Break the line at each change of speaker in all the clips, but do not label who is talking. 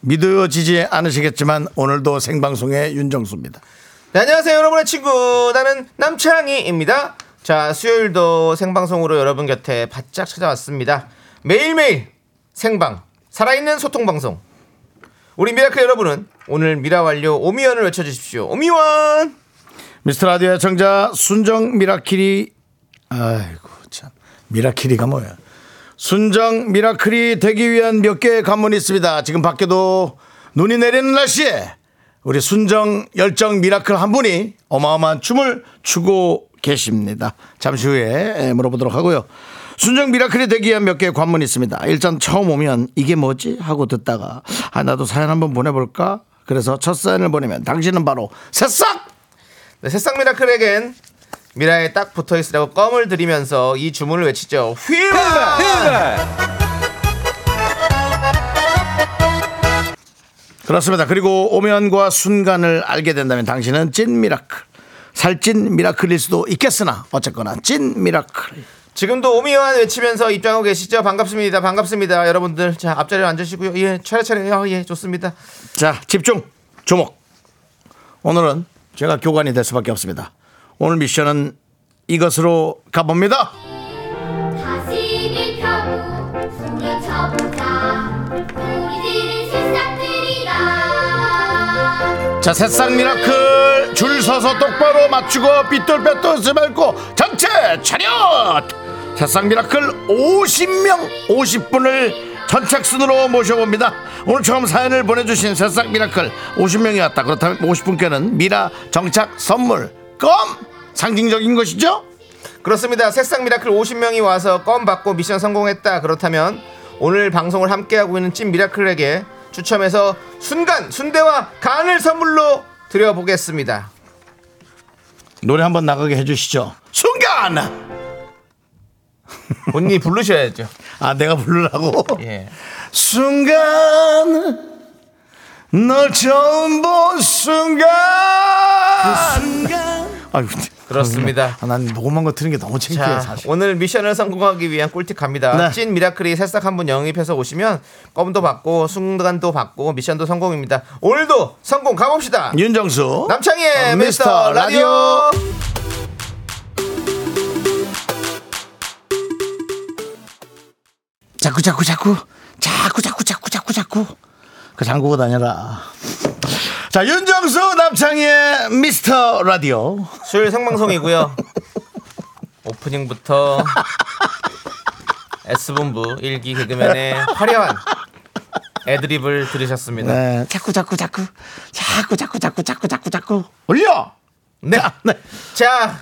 믿어지지 않으시겠지만 오늘도 생방송의 윤정수입니다.
네, 안녕하세요, 여러분의 친구. 나는 남창희입니다. 자, 수요일도 생방송으로 여러분 곁에 바짝 찾아왔습니다. 매일매일 생방, 살아있는 소통방송. 우리 미라클 여러분은 오늘 미라 완료 오미연을 외쳐주십시오. 오미원!
미스터 라디오의 청자 순정 미라클이 아이고 참 미라클이가 뭐야? 순정 미라클이 되기 위한 몇 개의 관문이 있습니다. 지금 밖에도 눈이 내리는 날씨에 우리 순정 열정 미라클 한 분이 어마어마한 춤을 추고 계십니다. 잠시 후에 물어보도록 하고요. 순정 미라클이 되기 위한 몇 개의 관문이 있습니다. 일단 처음 오면 이게 뭐지 하고 듣다가 아 나도 사연 한번 보내볼까? 그래서 첫 사연을 보내면 당신은 바로 새싹
네, 새싹 미라클에겐 미라에 딱 붙어 있으라고 껌을 들이면서 이 주문을 외치죠. 휘바!
그렇습니다. 그리고 오면과 순간을 알게 된다면 당신은 찐 미라클. 살찐 미라클일 수도 있겠으나 어쨌거나 찐 미라클.
지금도 오미연 외치면서 입장하고 계시죠? 반갑습니다. 반갑습니다. 여러분들. 자, 앞자리로 앉으시고요. 예, 차례차례. 요 예, 좋습니다.
자, 집중. 주목. 오늘은 제가 교관이 될 수밖에 없습니다. 오늘 미션은 이것으로 가봅니다.
가슴을 펴고 숨을 쳐보자 우리 집은 새싹들이다
자, 새싹 미라클 줄 서서 똑바로 맞추고 삐뚤빼뚤 쓰말고 전체 차렷. 새싹 미라클 50명 50분을 전착순으로 모셔봅니다. 오늘 처음 사연을 보내주신 새싹 미라클 50명이 왔다. 그렇다면 50분께는 미라 정착 선물 껌 상징적인 것이죠?
그렇습니다. 새싹 미라클 50명이 와서 껌 받고 미션 성공했다. 그렇다면 오늘 방송을 함께하고 있는 찐 미라클에게 추첨해서 순간 순대와 간을 선물로 드려보겠습니다.
노래 한번 나가게 해주시죠. 순간.
본인이 부르셔야죠.
아 내가 부르라고.
예.
순간 널 처음 본 순간
그
아유
그렇습니다.
아, 난 녹음한 거 트는 게 너무 창피해
네. 자,
사실
오늘 미션을 성공하기 위한 꿀팁 갑니다.
네.
찐 미라클이 새싹 한 분 영입해서 오시면 껌도 받고 순간도 받고 미션도 성공입니다. 오늘도 성공 가봅시다.
윤정수 미스터
남창희의 예. 어, 미스터 라디오.
자꾸 자꾸 자꾸 자꾸 자꾸 자꾸 자꾸 자꾸 그 잠그고 다녀라 자 윤정수 남창희의 미스터 라디오
수요일 생방송이고요. 오프닝부터 S본부 일기 개그맨의 화려한 애드립을 들으셨습니다.
네. 자꾸 자꾸 자꾸 자꾸 자꾸 자꾸 자꾸 자꾸 자꾸 올려
네.
네.
자,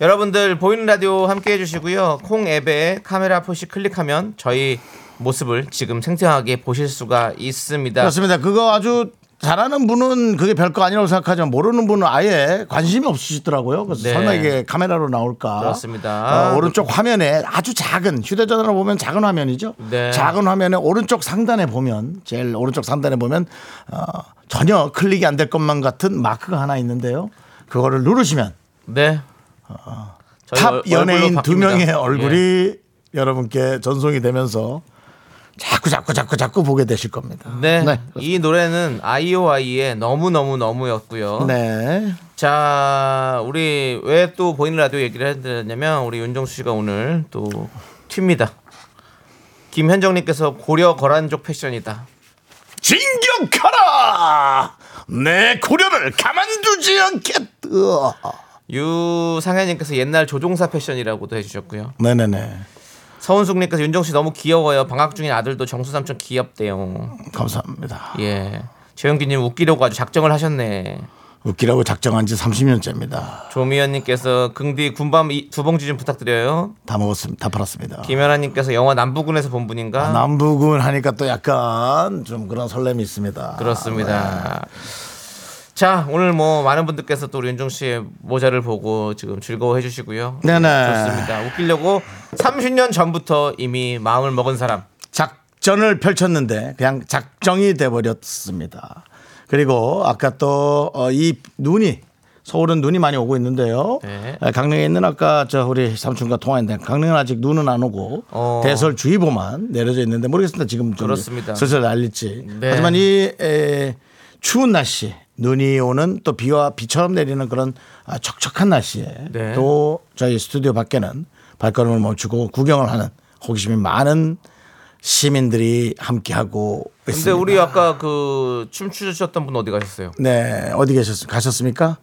여러분들 보이는 라디오 함께 해주시고요. 콩 앱에 카메라 표시 클릭하면 저희 모습을 지금 생생하게 보실 수가 있습니다.
그렇습니다. 그거 아주 잘하는 분은 그게 별거 아니라고 생각하지만 모르는 분은 아예 관심이 없으시더라고요. 그래서
네.
설마 이게 카메라로 나올까?
그렇습니다.
어, 오른쪽 화면에 아주 작은 휴대전화로 보면 작은 화면이죠.
네.
작은 화면에 오른쪽 상단에 보면 제일 오른쪽 상단에 보면 어, 전혀 클릭이 안 될 것만 같은 마크가 하나 있는데요. 그거를 누르시면
네. 저희
어, 탑
얼- 얼굴로
연예인 두
바뀝니다.
명의
예.
얼굴이 여러분께 전송이 되면서 자꾸 자꾸 자꾸 자꾸 보게 되실 겁니다.
네.
네.
이 노래는 아이오아이의 너무너무너무였고요.
네.
자, 우리 왜 또 보이는 라디오 얘기를 해드렸냐면 우리 윤정수 씨가 오늘 또 튑니다. 김현정님께서 고려 거란족 패션이다.
진격하라! 내 고려를 가만두지 않겠다.
유상현님께서 옛날 조종사 패션이라고도 해주셨고요.
네네네.
서은숙님께서 윤정수 씨 너무 귀여워요. 방학 중인 아들도 정수 삼촌 귀엽대요.
감사합니다.
예. 최영기님 웃기려고 아주 작정을 하셨네.
웃기라고 작정한 지 30년째입니다.
조미연님께서 긍디 군밤 이- 두 봉지 좀 부탁드려요.
다 먹었습니다. 다 팔았습니다.
김연아님께서 영화 남부군에서 본 분인가?
아, 남부군 하니까 또 약간 좀 그런 설렘이 있습니다.
아, 그렇습니다. 자 오늘 뭐 많은 분들께서 또 우리 윤종 씨의 모자를 보고 지금 즐거워해 주시고요.
네네.
좋습니다. 웃기려고 30년 전부터 이미 마음을 먹은 사람.
작전을 펼쳤는데 그냥 작정이 돼버렸습니다. 그리고 아까 또 어, 이 눈이 서울은 눈이 많이 오고 있는데요.
네.
에, 강릉에 있는 아까 저 우리 삼촌과 통화했는데 강릉은 아직 눈은 안 오고
어.
대설주의보만 내려져 있는데 모르겠습니다. 지금 좀
그렇습니다.
슬슬 날릴지.
네.
하지만 이 에, 추운 날씨 눈이 오는 또 비와 비처럼 내리는 그런 아, 척척한 날씨에
네.
또 또 저희 스튜디오 밖에는 발걸음을 멈추고 구경을 하는 호기심이 많은 시민들이 함께하고
근데
있습니다.
우리 아까 그 춤추셨던 분 어디 가셨어요?
네 어디 계셨 가셨습니까?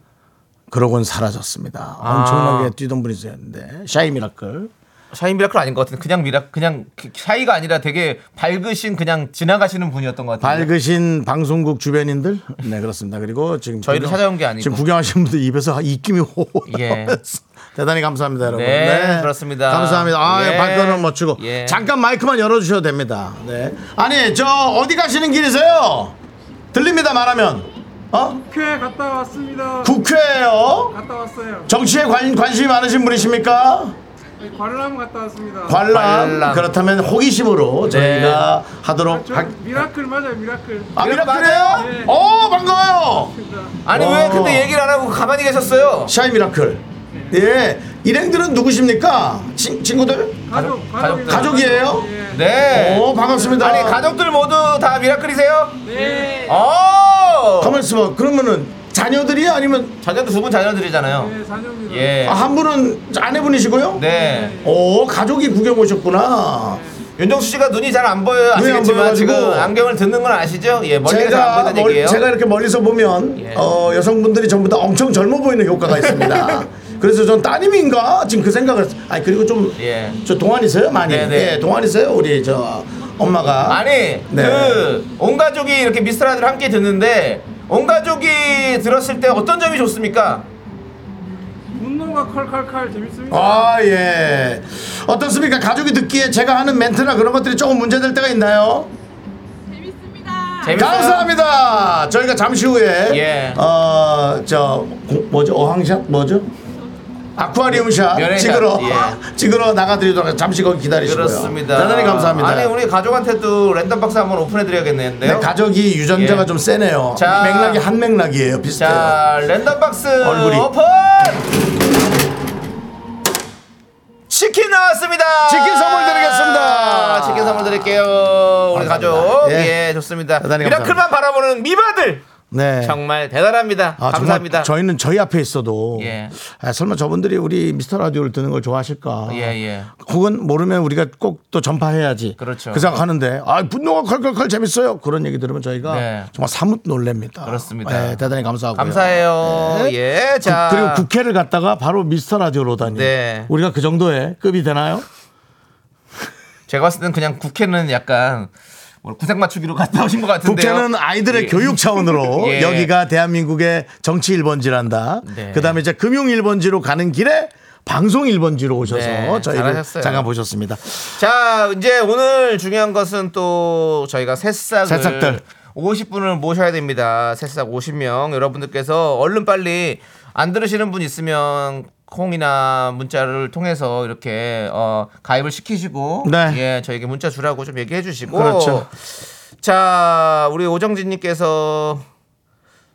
그러곤 사라졌습니다.
아.
엄청나게 뛰던 분이 있었는데 샤이 미라클
샤인 미라클 아닌 것 같은데 그냥 미라 그냥 그- 샤이가 아니라 되게 밝으신 그냥 지나가시는 분이었던 것 같아요.
밝으신 방송국 주변인들 네 그렇습니다. 그리고 지금
저희를 찾아온 게 아니고.
지금 구경하신 분들 입에서 입김이 호호
예.
나면서 대단히 감사합니다 여러분.
네, 그렇습니다.
감사합니다. 아
예.
발걸음 멋지고
예.
잠깐 마이크만 열어주셔도 됩니다. 네 아니 저 어디 가시는 길이세요? 들립니다 말하면 어
학교에 갔다 왔습니다.
국회예요?
갔다 왔어요. 네,
정치에 관, 관심이 많으신 분이십니까?
관람 갔다 왔습니다.
관람.
관람.
그렇다면 호기심으로 저희가
네.
하도록
아, 저
할.
미라클 맞아요, 미라클.
아
네.
미라클이에요? 오 반가워요.
아니
어.
왜 근데 얘기를 안 하고 가만히 계셨어요?
샤이 미라클.
네.
예. 일행들은 누구십니까? 친, 친구들?
가족, 가족,
가족,
가족이에요?
예.
네.
오, 반갑습니다.
아니 가족들 모두 다 미라클이세요?
네.
어.
가만 있어봐. 그러면은 자녀들이 아니면
자녀도 두 분 자녀들이잖아요.
네, 자녀입니다.
예.
아, 한 분은 아내분이시고요?
네.
오, 가족이 구경 오셨구나.
윤정수 씨가 눈이 잘 안
눈이
보여요.
안
아시겠지만
보여가지고.
지금 안경을 듣는 건 아시죠? 예, 멀리가 잘안
제가,
보인다는
멀-
얘기예요.
제가 이렇게 멀리서 보면
예.
어, 여성분들이 전부 다 엄청 젊어 보이는 효과가 있습니다. 그래서 전 따님인가 지금 그 생각을 했- 아니 그리고 좀 저
예.
동안이세요 많이
네네.
예 동안이세요 우리 저 엄마가
아니,
네.
그 온 가족이 이렇게 미스터라들 함께 듣는데 온 가족이 들었을 때 어떤 점이 좋습니까?
분노가 칼칼칼 재밌습니다.
아, 예. 어떻습니까? 가족이 듣기에 제가 하는 멘트나 그런 것들이 조금 문제될 때가 있나요?
재밌어요?
감사합니다. 저희가 잠시 후에
예.
어, 저 고- 뭐죠? 어항샷 뭐죠? 아쿠아리움샷
면회샷,
찍으러
예.
찍으러 나가드리도록 하겠습니다. 잠시 거기 기다리시고요.
그렇습니다.
대단히 감사합니다.
아니, 우리 가족한테도 랜덤 박스 한번 오픈해드려야겠는데요.
네, 가족이 유전자가
예.
좀 세네요.
자.
맥락이 한 맥락이에요. 비슷해요.
자, 랜덤 박스
네. 얼굴이.
오픈! 치킨 나왔습니다.
치킨 선물 드리겠습니다.
치킨 선물 드릴게요. 우리
감사합니다.
가족.
예.
예, 좋습니다.
대단히
미라클만 바라보는 미바들
네.
정말 대단합니다.
아,
감사합니다.
정말 저희는 저희 앞에 있어도
예.
아, 설마 저분들이 우리 미스터 라디오를 듣는 걸 좋아하실까?
예, 예.
혹은 모르면 우리가 꼭 또 전파해야지.
그렇죠.
그 생각하는데 아 분노가 컬컬컬 재밌어요. 그런 얘기 들으면 저희가
네.
정말 사뭇 놀랍니다.
그렇습니다.
예, 대단히 감사하고요.
감사해요. 예, 자
그, 리고 국회를 갔다가 바로 미스터 라디오로 오다니.
네.
우리가 그 정도의 급이 되나요?
제가 봤을 때는 그냥 국회는 약간 뭐 구색 맞추기로 갔다 오신 것 같은데요.
국회는 아이들의
예.
교육 차원으로
예.
여기가 대한민국의 정치 1번지란다.
네.
그다음에 이제 금융 1번지로 가는 길에 방송 1번지로 오셔서
네,
저희를
잘하셨어요.
잠깐 보셨습니다.
자, 이제 오늘 중요한 것은 또 저희가 새싹을
새싹들.
50분을 모셔야 됩니다. 새싹 50명. 여러분들께서 얼른 빨리 안 들으시는 분 있으면 콩이나 문자를 통해서 이렇게 어, 가입을 시키시고
네.
예, 저에게 문자 주라고 좀 얘기해 주시고
그렇죠.
자, 우리 오정진 님께서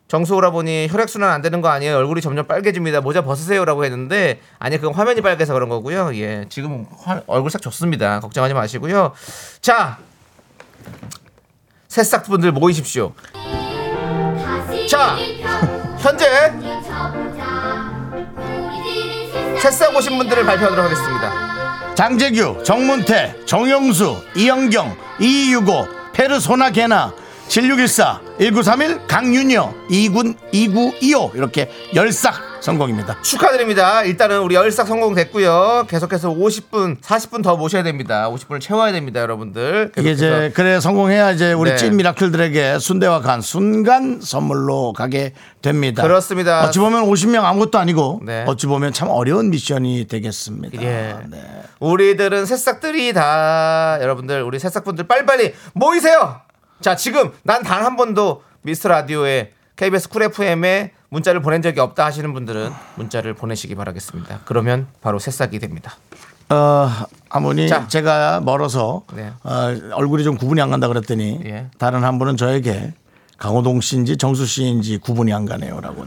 정수호라 보니 혈액순환 안 되는 거 아니에요? 얼굴이 점점 빨개집니다. 모자 벗으세요라고 했는데 아니 그건 화면이 빨개서 그런 거고요. 예, 지금 화- 얼굴 싹 좋습니다. 걱정하지 마시고요. 자, 새싹 분들 모이십시오. 자. 현재 새싹 오신 분들을 발표하도록 하겠습니다.
장재규, 정문태, 정영수, 이영경, 이유고, 페르소나 게나, 7614, 1931, 강윤여, 29, 2925 이렇게 열싹 성공입니다.
축하드립니다. 일단은 우리 열삭 성공됐고요. 계속해서 50분, 40분 더 모셔야 됩니다. 50분을 채워야 됩니다, 여러분들.
이게
계속해서.
이제 그래 성공해야 이제 우리
네.
찐 미라클들에게 순대와 간 순간 선물로 가게 됩니다.
그렇습니다.
어찌 보면 50명 아무것도 아니고
네.
어찌 보면 참 어려운 미션이 되겠습니다.
예.
네.
우리들은 새싹들이 다 여러분들 우리 새싹분들 빨리빨리 모이세요. 자 지금 난 단 한 번도 미스터 라디오에 KBS 쿨 FM에 문자를 보낸 적이 없다 하시는 분들은 문자를 보내시기 바라겠습니다. 그러면 바로 새싹이 됩니다.
어, 아무니
자.
제가 멀어서
네.
어, 얼굴이 좀 구분이 안 간다 그랬더니
예.
다른 한 분은 저에게 강호동 씨인지 정수 씨인지 구분이 안 가네요라고.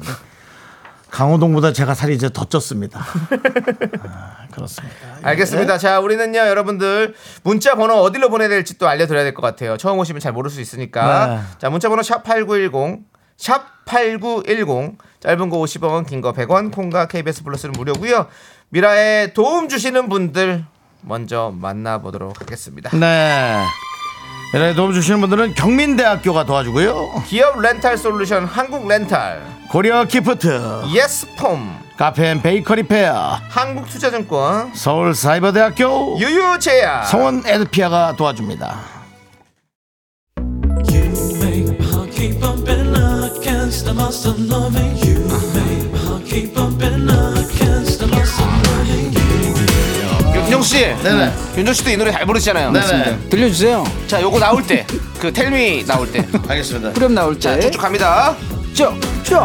강호동보다 제가 살이 이제 더 쪘습니다. 아, 그렇습니다.
네. 알겠습니다. 자, 우리는요, 여러분들, 문자 번호 어디로 보내야 될지 또 알려드려야 될 것 같아요. 처음 오시면 잘 모를 수 있으니까.
네.
자, 문자 번호 샵8910, 샵8910, 짧은 거 50원, 긴 거 100원, 콩과 KBS 플러스는 무료고요 미라에 도움 주시는 분들, 먼저 만나보도록 하겠습니다.
네. 이렇게 도움 주시는 분들은 경민대학교가 도와주고요.
기업 렌탈 솔루션 한국 렌탈,
고려 기프트,
예스폼,
카페 앤 베이커리 페어,
한국투자증권,
서울사이버대학교,
유유제약,
성원 에드피아가 도와줍니다.
You make my heart keep bumping against the must of loving you. Make my heart keep bumping against the must of loving you.
윤정씨.
네네.
윤정씨도 이 노래 잘 부르시잖아요.
네네.
들려주세요.
자, 요거 나올 때, 그 텔미 나올 때. 아,
알겠습니다.
그럼 나올 때.
쭉쭉 갑니다.
쭉, 쭉,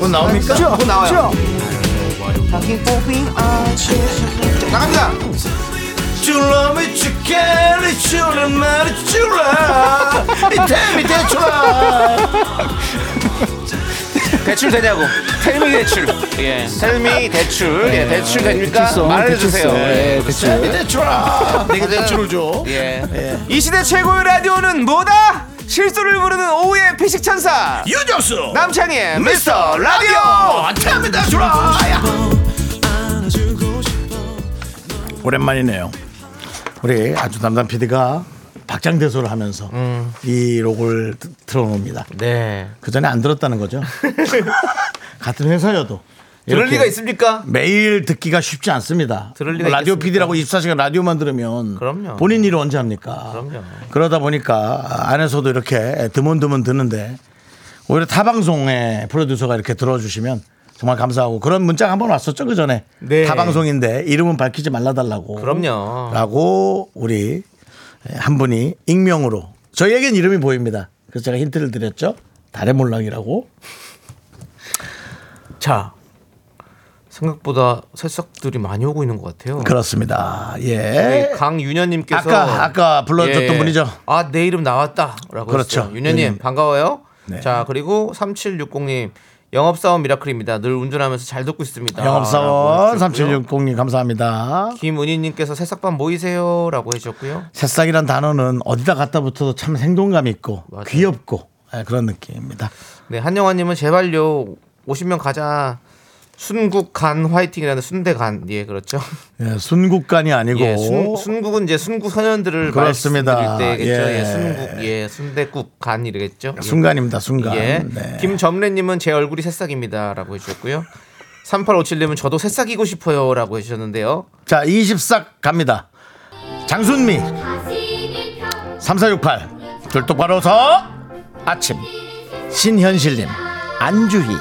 곧 나옵니까?
곧 나와요.
쭉.
나갑니다.
줄라 미치겠니 줄라 말이 줄라 이태미 대출라
대출 되냐고. 텔미 대출. 예. 텔미 대출. 예. 대출 됩니까?
대출성,
말해주세요.
대출성.
예.
예, 대출.
이 대출라 내가 대출을 줘
예. 이 시대 최고의 라디오는 뭐다? 실수를 부르는 오후의 피식 천사
유정수
남창희의 미스터
아,
라디오.
이태미 대출라
안아주고 싶어.
오랜만이네요 우리 아주 담당 PD가 박장대소를 하면서 이 록을 드- 틀어놓습니다
음. 네.
그 전에 안 들었다는 거죠 같은 회사여도
들을
이렇게
리가 있습니까?
매일 듣기가 쉽지 않습니다.
들을 리가
라디오
있겠습니까?
PD라고 24시간 라디오만 들으면
그럼요.
본인 일을 언제 합니까?
그럼요.
러다 보니까 안에서도 이렇게 드문드문 듣는데 오히려 타 방송에 프로듀서가 이렇게 들어주시면 정말 감사하고 그런 문자가 한 번 왔었죠 그 전에
네.
타 방송인데 이름은 밝히지 말라달라고
그럼요.
라고 우리 한 분이 익명으로 저희에겐 이름이 보입니다. 그래서 제가 힌트를 드렸죠. 달의 몰랑이라고
자. 생각보다 새싹들이 많이 오고 있는 것 같아요.
그렇습니다.
네,
예.
강윤현님께서
아까- 아까 불러줬던 분이죠.
아 내 이름 나왔다라고
그렇죠.
했어요. 윤현님
윤현님.
반가워요.
네.
자 그리고 3760님 영업사원 미라클입니다. 늘 운전하면서 잘 듣고 있습니다.
영업사원
아, 라고 해주셨고요.
3760님 감사합니다.
김은희님께서 새싹반 모이세요라고 해주셨고요.
새싹이란 단어는 어디다 갖다 붙어도 참 생동감 있고
맞아요.
귀엽고 예, 그런 느낌입니다.
네 한영아님은 제발요 50명 가자. 순국간 화이팅이라는 순대간 예 그렇죠.
예, 순국간이 아니고
예, 순, 순국은 이제 순국 선현들을
그렇습니다.
말씀드릴 때겠죠. 예.
예.
순국 예 순대국 간이겠죠. 예.
순간입니다. 순간.
예.
네.
김점래님은 제 얼굴이 새싹입니다라고 해주셨고요. 3857님은 저도 새싹이고 싶어요라고 해주셨는데요.
자, 20싹 갑니다. 장순미 3468 절뚝바로 서 아침 신현실님 안주희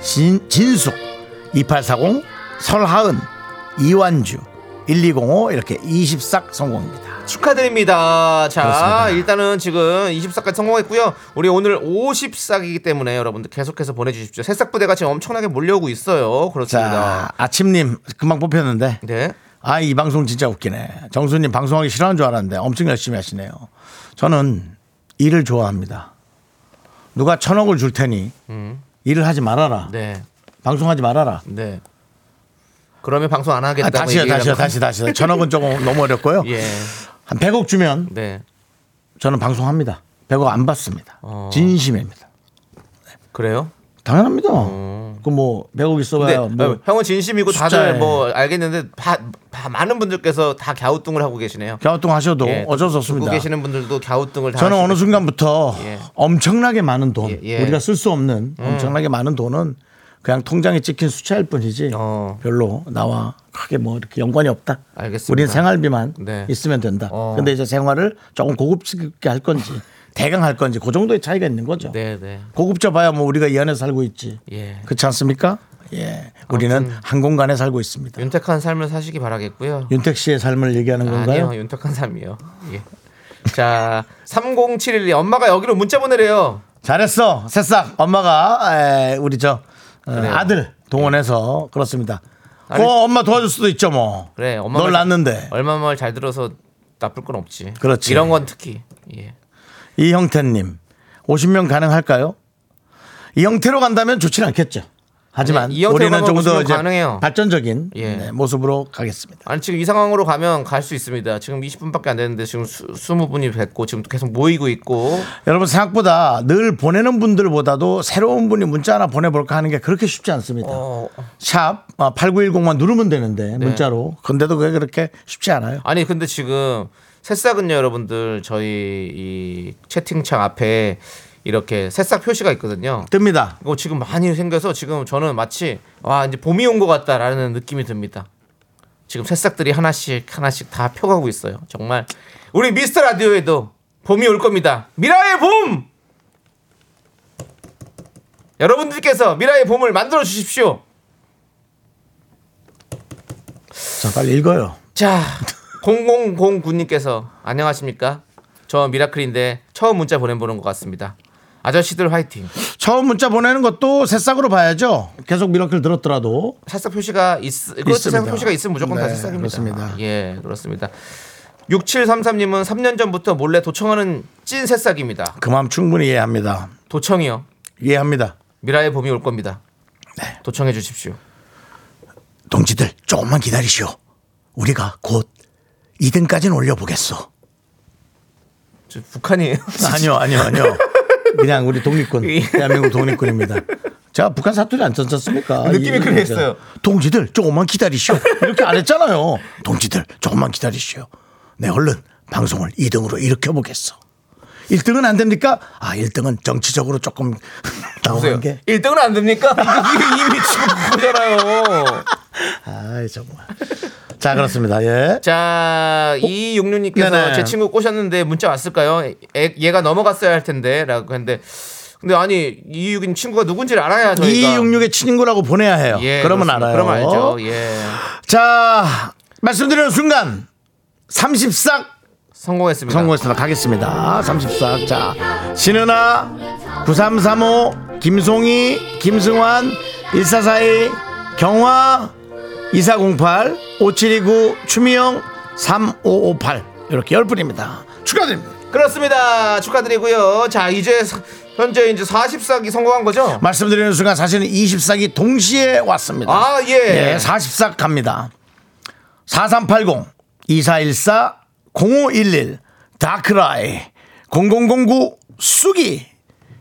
진, 진숙 2840 설하은 이완주 1205 이렇게 20싹 성공입니다.
축하드립니다. 자,
그렇습니다.
일단은 지금 20싹까지 성공했고요. 우리 오늘 50싹이기 때문에 여러분들 계속해서 보내주십시오. 새싹 부대가 지금 엄청나게 몰려오고 있어요.
자,
그렇습니다.
아침님 금방 뽑혔는데
네.
아, 이 방송 진짜 웃기네. 정수님 방송하기 싫어하는 줄 알았는데 엄청 열심히 하시네요. 저는 일을 좋아합니다. 누가 천억을 줄 테니 일을 하지 말아라.
음. 네.
방송하지 말아라.
네. 그러면 방송 안 하겠다고
아, 다시요,
얘기를
다시요,
하면-
다시, 다시. 천억은 조금 너무 어렵고요.
예.
한 100억 주면
네.
저는 방송합니다. 100억 안 받습니다.
어.
진심입니다.
그래요?
당연합니다. 그 뭐 100억
어. 근데
있어봐야 뭐
어, 형은 진심이고
숫자에.
다들 뭐 알겠는데 다, 다 많은 분들께서 다 갸우뚱을 하고 계시네요.
갸우뚱 하셔도
예,
어쩔 수
듣고
없습니다.
계시는 분들도 갸우뚱을 다
저는
하시고
어느 순간부터
예.
엄청나게 많은 돈
예, 예.
우리가 쓸 수 없는 엄청나게 많은 돈은 그냥 통장에 찍힌 수치일 뿐이지
어.
별로 나와 크게 뭐 이렇게 연관이 없다.
알겠습니다.
우린 생활비만
네.
있으면 된다.
어.
근데 이제 생활을 조금 고급스럽게 할 건지 대강 할 건지 그 정도의 차이가 있는 거죠.
네, 네.
고급져 봐야 뭐 우리가 이 안에 살고 있지.
예.
그렇지 않습니까? 예. 우리는 한 공간에 살고 있습니다.
윤택한 삶을 사시기 바라겠고요.
윤택 씨의 삶을 얘기하는 건가요?
아니요, 윤택한 삶이요. 예. 자, 3071 엄마가 여기로 문자 보내래요.
잘했어. 새싹 엄마가 에, 우리 저 어,
그래요. 네.
아들 동원해서 그렇습니다.
아니-
어, 엄마 도와줄 수도 있죠 뭐.
그래, 엄마
널 낳는데
얼마 말 잘 들어서 나쁠 건 없지.
그렇지.
이런 건 특히. 예.
이형태님 50명 가능할까요? 이 형태로 간다면 좋진 않겠죠. 하지만
아니, 네, 이 형태로
우리는
가면
조금 더
50명
이제
가능해요.
발전적인
예.
네, 모습으로 가겠습니다.
아니 지금 이 상황으로 가면 갈 수 있습니다. 지금 20분밖에 안 됐는데 지금 수, 20분이 됐고 지금 계속 모이고 있고
여러분 생각보다 늘 보내는 분들보다도 새로운 분이 문자 하나 보내볼까 하는 게 그렇게 쉽지 않습니다.
어, 네.
샵 8910만 누르면 되는데 문자로. 근데도 그게 그렇게 쉽지 않아요.
아니 근데 지금 새싹은요 여러분들 저희 이 채팅창 앞에 이렇게 새싹 표시가 있거든요.
뜹니다.
이거 지금 많이 생겨서 지금 저는 마치 와 이제 봄이 온 것 같다라는 느낌이 듭니다. 지금 새싹들이 하나씩 하나씩 다 펴가고 있어요. 정말 우리 미스터 라디오에도 봄이 올 겁니다. 미라의 봄! 여러분들께서 미라의 봄을 만들어 주십시오.
자 빨리 읽어요.
자, 0009님께서 안녕하십니까? 저 미라클인데 처음 문자 보내보는 것 같습니다. 아저씨들 화이팅.
처음 문자 보내는 것도 새싹으로 봐야죠. 계속 미라클 들었더라도
살짝 표시가 있, 그렇죠.
있습니다.
살짝 표시가 있으면 무조건 다
네,
새싹입니다.
그렇습니다.
예, 그렇습니다. 6733님은 3년 전부터 몰래 도청하는 찐 새싹입니다.
그 마음 충분히 이해합니다.
도청이요.
이해합니다.
미라의 봄이 올 겁니다.
네.
도청해 주십시오.
동지들 조금만 기다리시오. 우리가 곧 2등까지는 올려보겠소.
저 북한이에요.
아니요, 아니요, 아니요. 예. 그냥 우리 독립군, 대한민국 독립군입니다. 제가 북한 사투리 안 썼습니까?
아, 느낌이
이-
그렇게
이-
했어요.
동지들 조금만 기다리시오. 이렇게 안 했잖아요. 동지들 조금만 기다리시오. 내 얼른 방송을 2등으로 일으켜 보겠어. 1등은 안 됩니까? 아, 1등은 정치적으로 조금 나오는 게.
1등은 안 됩니까? 이게 이미 지금 그거잖아요.
아이 정말. 자 그렇습니다. 예.
자, 이육류님께서
어? 네네.
제 친구 꼬셨는데 문자 왔을까요? 애- 얘가 넘어갔어야 할 텐데라고 했는데 근데 아니 이육인 친구가 누군지를 알아야 저희가
266의 친구라고 보내야 해요.
예,
그러면
그렇습니다.
알아요.
그러면 알죠. 예.
자 말씀드리는 순간 30싹
성공했습니다.
성공했습니다. 가겠습니다. 30싹. 자, 신은아, 9335, 김송이, 김승환, 1442, 경화, 2408, 5729, 추미영, 3558. 이렇게 10분입니다. 축하드립니다.
그렇습니다. 축하드리고요. 자, 이제 서- 현재 이제 44기 성공한 거죠?
말씀드리는 순간 사실은 20싹이 동시에 왔습니다.
아, 예.
예, 40싹 갑니다. 4380, 2414, 0511, 다크라이, 0009, 쑥이,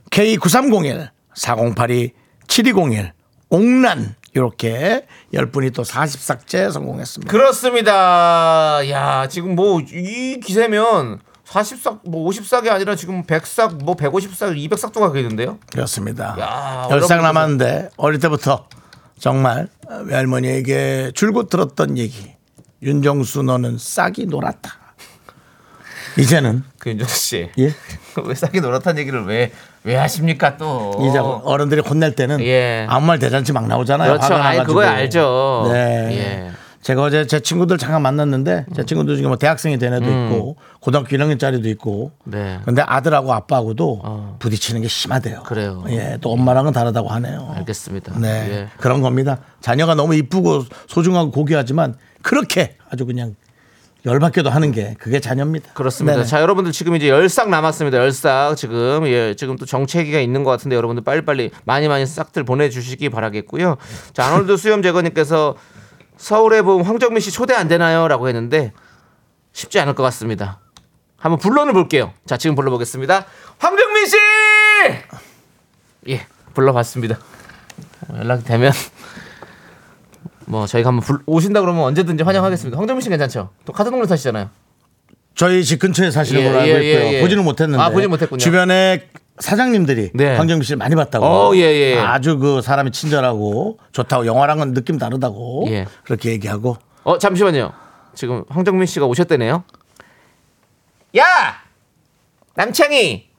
K9301, 4082, 7201, 옥란. 이렇게 10분이 또 40싹째 성공했습니다.
그렇습니다. 야, 지금 뭐 이 기세면 40삭 뭐 50삭이 아니라 지금 100삭 뭐 150삭 200삭도 가겠는데요?
그렇습니다.
야,
열상
여러분께서-
남았는데 어릴 때부터 정말 외할머니에게 줄곧 들었던 얘기. 윤정수 너는 싹이 놀았다. 이제는
그 윤정 씨.
예?
왜 싸게 놀았다는 얘기를 왜 왜 하십니까 또?
이제 어른들이 혼낼 때는
예.
아무 말 대잔치 막 나오잖아요.
그렇죠.
화가
아니,
나가지고.
그거야 알죠.
네.
예. 음.
제가 어제 제 친구들 잠깐 만났는데 제 친구들 중에 뭐 대학생이 된 애도 있고 고등학교 1학년짜리도 있고
네.
근데 아들하고 아빠하고도
어.
부딪히는 게 심하대요.
그래요.
예, 또 엄마랑은 다르다고 하네요.
알겠습니다.
네.
예.
그런 겁니다. 자녀가 너무 이쁘고 소중하고 고귀하지만 그렇게 아주 그냥 열받게도 하는 게 그게 자녀입니다.
그렇습니다.
네네.
자, 여러분들 지금 이제 열싹 남았습니다. 열싹 지금 예, 지금 또 정체기가 있는 것 같은데 여러분들 빨리빨리 많이 많이 싹들 보내주시기 바라겠고요. 자, 아놀드 수염 제거님께서 서울의 봄 황정민 씨 초대 안 되나요?라고 했는데 쉽지 않을 것 같습니다. 한번 불러는 볼게요. 자, 지금 불러보겠습니다. 황정민 씨, 예, 불러봤습니다. 연락 이 되면 뭐 저희가 한번 불, 오신다 그러면 언제든지 환영하겠습니다. 황정민 씨 괜찮죠? 또 카드 동네 사시잖아요.
저희 집 근처에 사시는
예,
걸로 알고
예, 예,
있고요.
예.
보지는 못했는데.
아, 보지 못했군요.
주변에 사장님들이
네.
강정민 씨를 많이 봤다고.
어, 예, 예.
아주 그 사람이 친절하고 좋다고 영화랑은 느낌 다르다고
예.
그렇게 얘기하고
어 잠시만요. 지금 황정민 씨가 오셨다네요. 야 남창희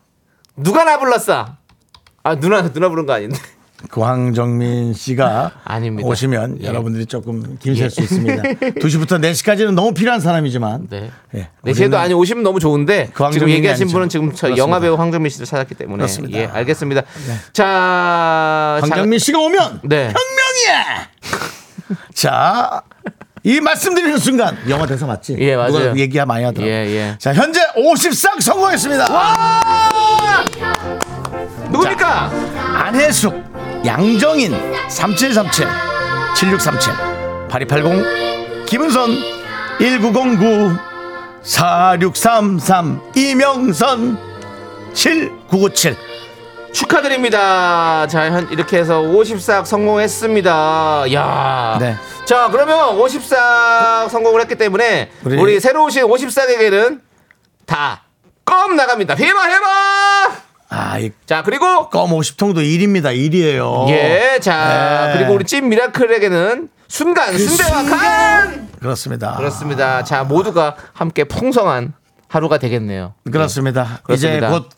누가 나 불렀어? 아 누나 누나 부른 거 아닌데.
그 황정민 씨가
아닙니다.
오시면
예.
여러분들이 조금 김실 수 있습니다. 2시부터 4시까지는 너무 필요한 사람이지만
네.
예,
네, 쟤도
우리는
아니 오시면 너무 좋은데
그
지금
황정민이
얘기하신
아니죠.
분은 지금 저
그렇습니다.
영화 배우 황정민 씨를 찾았기 때문에
그렇습니다. 네.
예, 알겠습니다. 자,
황정민 씨가 오면
장- 네.
혁명이야. 자, 이 말씀드리는 순간 영화 대사 맞지?
예, 맞아요.
누가 얘기 많이 하더라. 고
예, 예.
자, 현재 50상 성공했습니다.
누굽니까?
안혜숙, 양정인, 3737, 7637, 8280, 김은선, 1909, 4633, 이명선, 7997.
축하드립니다. 자, 현 이렇게 해서 50삭 성공했습니다. 야.
네.
자, 그러면 50삭 성공을 했기 때문에 우리,
우리-
새로 오신 50삭에게는 다 껌 나갑니다. 해봐 해봐.
아, 이
자, 그리고
껌 50통도 1입니다. 1이에요.
예, 자,
네.
그리고 우리 찐 미라클에게는 순간 그 순대와 간
그렇습니다.
그렇습니다. 자, 모두가 함께 풍성한 하루가 되겠네요.
음, 그렇습니다. 이제
그렇습니다.
곧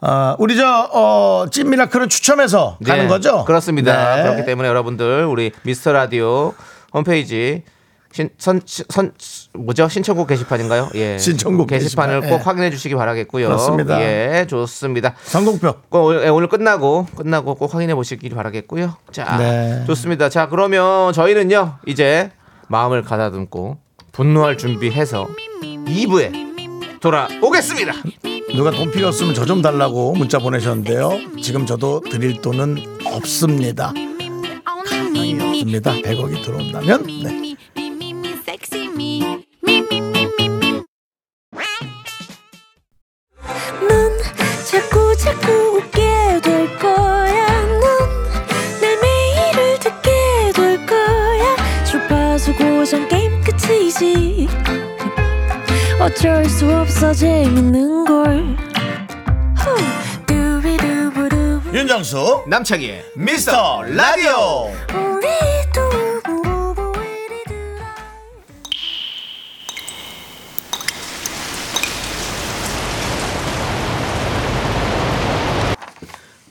어, 우리 저 어, 찐미라클을 추첨해서 가는
네,
거죠?
그렇습니다.
네.
그렇기 때문에 여러분들 우리 미스터 라디오 홈페이지 신, 선, 신- 선 뭐죠 신청곡 게시판인가요? 예,
신청곡
게시판을
게시판,
꼭
예.
확인해 주시기 바라겠고요.
그렇습니다.
예, 좋습니다.
성공표.
꼭 오늘, 예, 오늘 끝나고 끝나고 꼭 확인해 보시길 바라겠고요. 자,
네.
좋습니다. 자, 그러면 저희는요 이제 마음을 가다듬고 분노할 준비해서 2부에 돌아오겠습니다.
누가 돈 필요 없으면 저 좀 달라고 문자 보내셨는데요. 지금 저도 드릴 돈은 없습니다. 가상이 없습니다. 100억이 들어온다면 네.
넌 자꾸 자꾸 웃게 될 거야. 넌내 매일을 듣게 될 거야. 주파수 고정 게임 끝이지. 어쩔 수 없어 재밌는 걸. 후. 두비두부두부.
윤정수
남창희의
미스터 라디오
우리 두부부부 우리 두부부.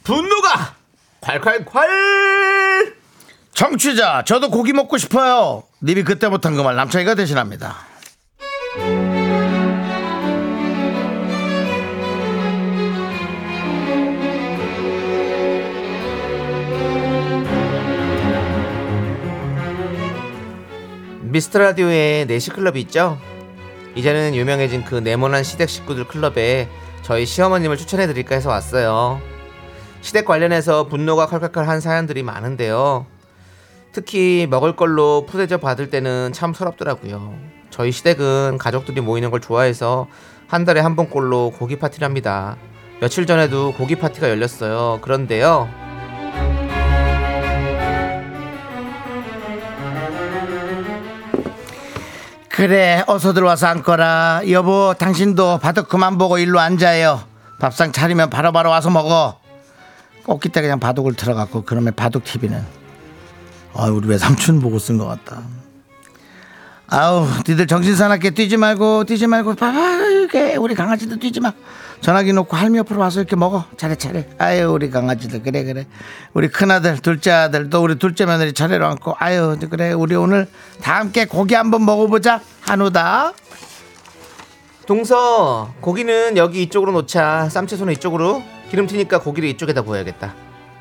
분노가 콸콸콸.
청취자 저도 고기 먹고 싶어요. 님이 그때 못한 그 말 남창이가 대신합니다.
미스터 라디오에 내시 클럽이 있죠? 이제는 유명해진 그 네모난 시댁 식구들 클럽에 저희 시어머님을 추천해 드릴까 해서 왔어요. 시댁 관련해서 분노가 칼칼칼한 사연들이 많은데요. 특히 먹을 걸로 푸대접 받을 때는 참 서럽더라고요. 저희 시댁은 가족들이 모이는 걸 좋아해서 한 달에 한 번꼴로 고기 파티를 합니다. 며칠 전에도 고기 파티가 열렸어요. 그런데요.
그래 어서 들어와서 앉거라 여보 당신도 바둑 그만 보고 일로 앉아요 밥상 차리면 바로바로 와서 먹어 꺾기 때 그냥 바둑을 틀어갖고 그러면 바둑 TV는 아 우리 외삼촌 보고 쓴 것 같다 아우 니들 정신 사납게 뛰지 말고 뛰지 말고 봐봐 이게 우리 강아지들 뛰지 마 전화기 놓고 할미 옆으로 와서 이렇게 먹어 차례차례 아유 우리 강아지들 그래 그래 우리 큰아들 둘째 아들 또 우리 둘째 며느리 차례로 앉고 아유 그래 우리 오늘 다 함께 고기 한번 먹어보자 한우다
동서 고기는 여기 이쪽으로 놓자 쌈채소는 이쪽으로 기름 튀니까 고기를 이쪽에다 구워야겠다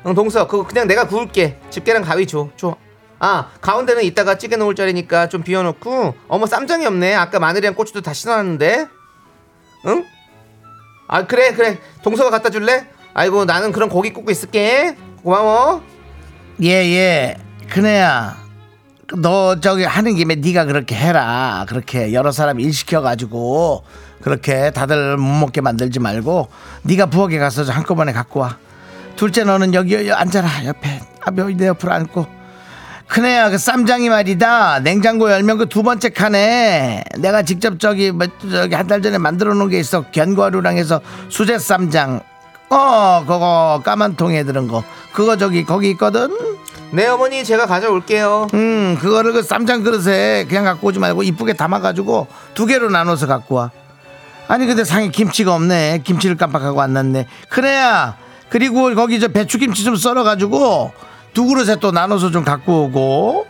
응 동서 그거 그냥 내가 구울게 집게랑 가위 줘줘아 가운데는 이따가 찌개 넣을 자리니까 좀 비워놓고 어머 쌈장이 없네 아까 마늘이랑 고추도 다 신어놨는데 응? 아 그래 그래 동서가 갖다 줄래? 아이고 나는 그런 고기 굽고 있을게 고마워
예예 큰애야 너 저기 하는 김에 네가 그렇게 해라 그렇게 여러 사람 일 시켜가지고 그렇게 다들 못 먹게 만들지 말고 네가 부엌에 가서 저 한꺼번에 갖고 와 둘째 너는 여기 여기 앉아라 옆에 아, 여- 내 옆으로 앉고 큰애야 그 쌈장이 말이다 냉장고 열면 그 두 번째 칸에 내가 직접 저기 뭐, 저기 한 달 전에 만들어 놓은 게 있어 견과류랑 해서 수제 쌈장 어 그거 까만 통에 들은 거 그거 저기 거기 있거든
네 어머니 제가 가져올게요.
음 그거를 그 쌈장 그릇에 그냥 갖고 오지 말고 이쁘게 담아가지고 두 개로 나눠서 갖고 와 아니 근데 상에 김치가 없네 김치를 깜빡하고 안 났네 그래야 그리고 거기 저 배추김치 좀 썰어가지고 두 그릇에 또 나눠서 좀 갖고 오고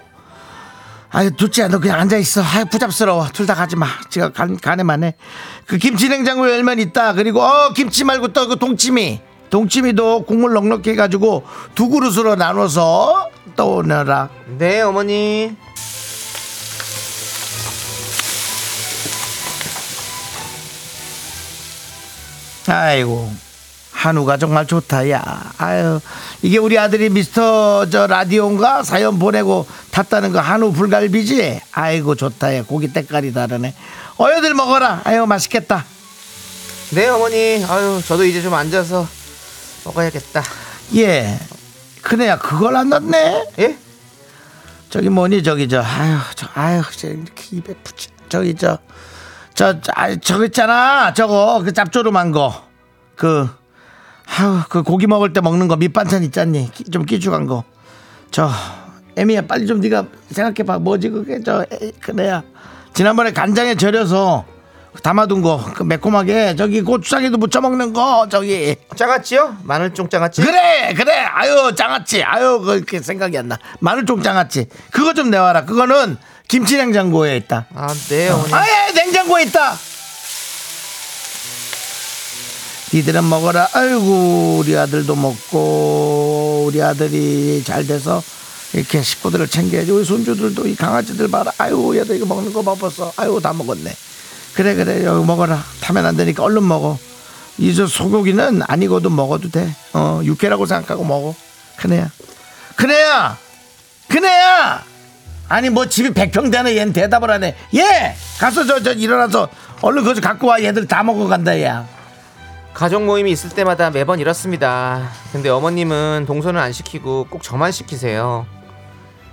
아유 둘째 너 그냥 앉아있어 아유 부잡스러워 둘 다 가지마 제가 간, 간에만 해그 김치 냉장고 열면 있다 그리고 어 김치 말고 또 그 동치미 동치미도 국물 넉넉히 해가지고 두 그릇으로 나눠서 떠오너라
네 어머니.
아이고 한우가 정말 좋다 야 아유 이게 우리 아들이 미스터 저 라디오인가 사연 보내고 탔다는 거 한우 불갈비지 아이고 좋다 야 고기 때깔이 다르네 어여들 먹어라 아유 맛있겠다
네 어머니. 아유 저도 이제 좀 앉아서 먹어야겠다.
예 그네야 그걸 안 넣네
예?
저기 뭐니 저기 저 아유 저 아유 저 이렇게 입에 붙여 저기 저 저, 저, 아, 저거 있잖아. 저거, 그 짭조름한 거. 그, 아유, 그 고기 먹을 때 먹는 거 밑반찬 있잖니. 끼- 좀 끼죽한 거. 저, 애미야, 빨리 좀 네가 생각해봐. 뭐지, 그게? 저, 에, 그래야. 지난번에 간장에 절여서 담아둔 거. 그 매콤하게. 저기 고추장에도 무쳐 먹는 거. 저기.
장아찌요? 마늘쫑 장아찌?
그래 그래 아유 장아찌 아유 그렇게 생각이 안나 마늘종 장아찌 그거 좀 내와라 그거는 김치 냉장고에 있다
아 네 어머니.
아예 냉장고에 있다 니들은 먹어라 아이고 우리 아들도 먹고 우리 아들이 잘 돼서 이렇게 식구들을 챙겨야지 우리 손주들도 이 강아지들 봐라 아유 얘들 이거 먹는 거 봐봤어 아유 다 먹었네 그래 그래 여기 먹어라 타면 안 되니까 얼른 먹어 이 저 소고기는 아니고도 먹어도 돼 어 육회라고 생각하고 먹어 그네야 그네야 그네야 아니 뭐 집이 100평 되네 얘는 대답을 하네 예 가서 저 저 일어나서 얼른 그거 좀 갖고 와 얘들 다 먹어간다 야
가족 모임이 있을 때마다 매번 이렇습니다. 근데 어머님은 동선을 안 시키고 꼭 저만 시키세요.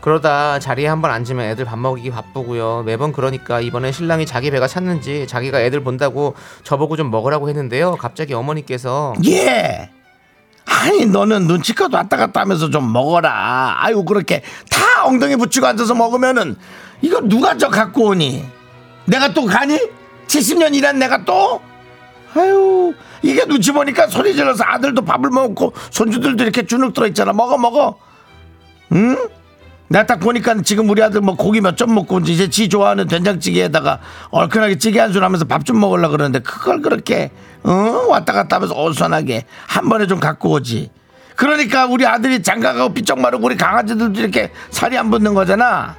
그러다 자리에 한번 앉으면 애들 밥 먹이기 바쁘고요. 매번 그러니까 이번에 신랑이 자기 배가 찼는지 자기가 애들 본다고 저보고 좀 먹으라고 했는데요. 갑자기 어머니께서
예. 아니 너는 눈치껏 왔다 갔다 하면서 좀 먹어라. 아유 그렇게 다 엉덩이 붙이고 앉아서 먹으면은 이거 누가 저 갖고 오니? 내가 또 가니? 70년 일한 내가 또? 아유 이게 눈치 보니까 소리 질러서 아들도 밥을 먹고 손주들도 이렇게 주눅 들어 있잖아. 먹어 먹어. 응? 내가 딱 보니까 지금 우리 아들 뭐 고기 몇 점 먹고 온지 이제 지 좋아하는 된장찌개에다가 얼큰하게 찌개 한 술 하면서 밥 좀 먹으려고 그러는데 그걸 그렇게 어? 왔다 갔다 하면서 어수선하게 한 번에 좀 갖고 오지 그러니까 우리 아들이 장가가고 삐쩍 마르고 우리 강아지들도 이렇게 살이 안 붙는 거잖아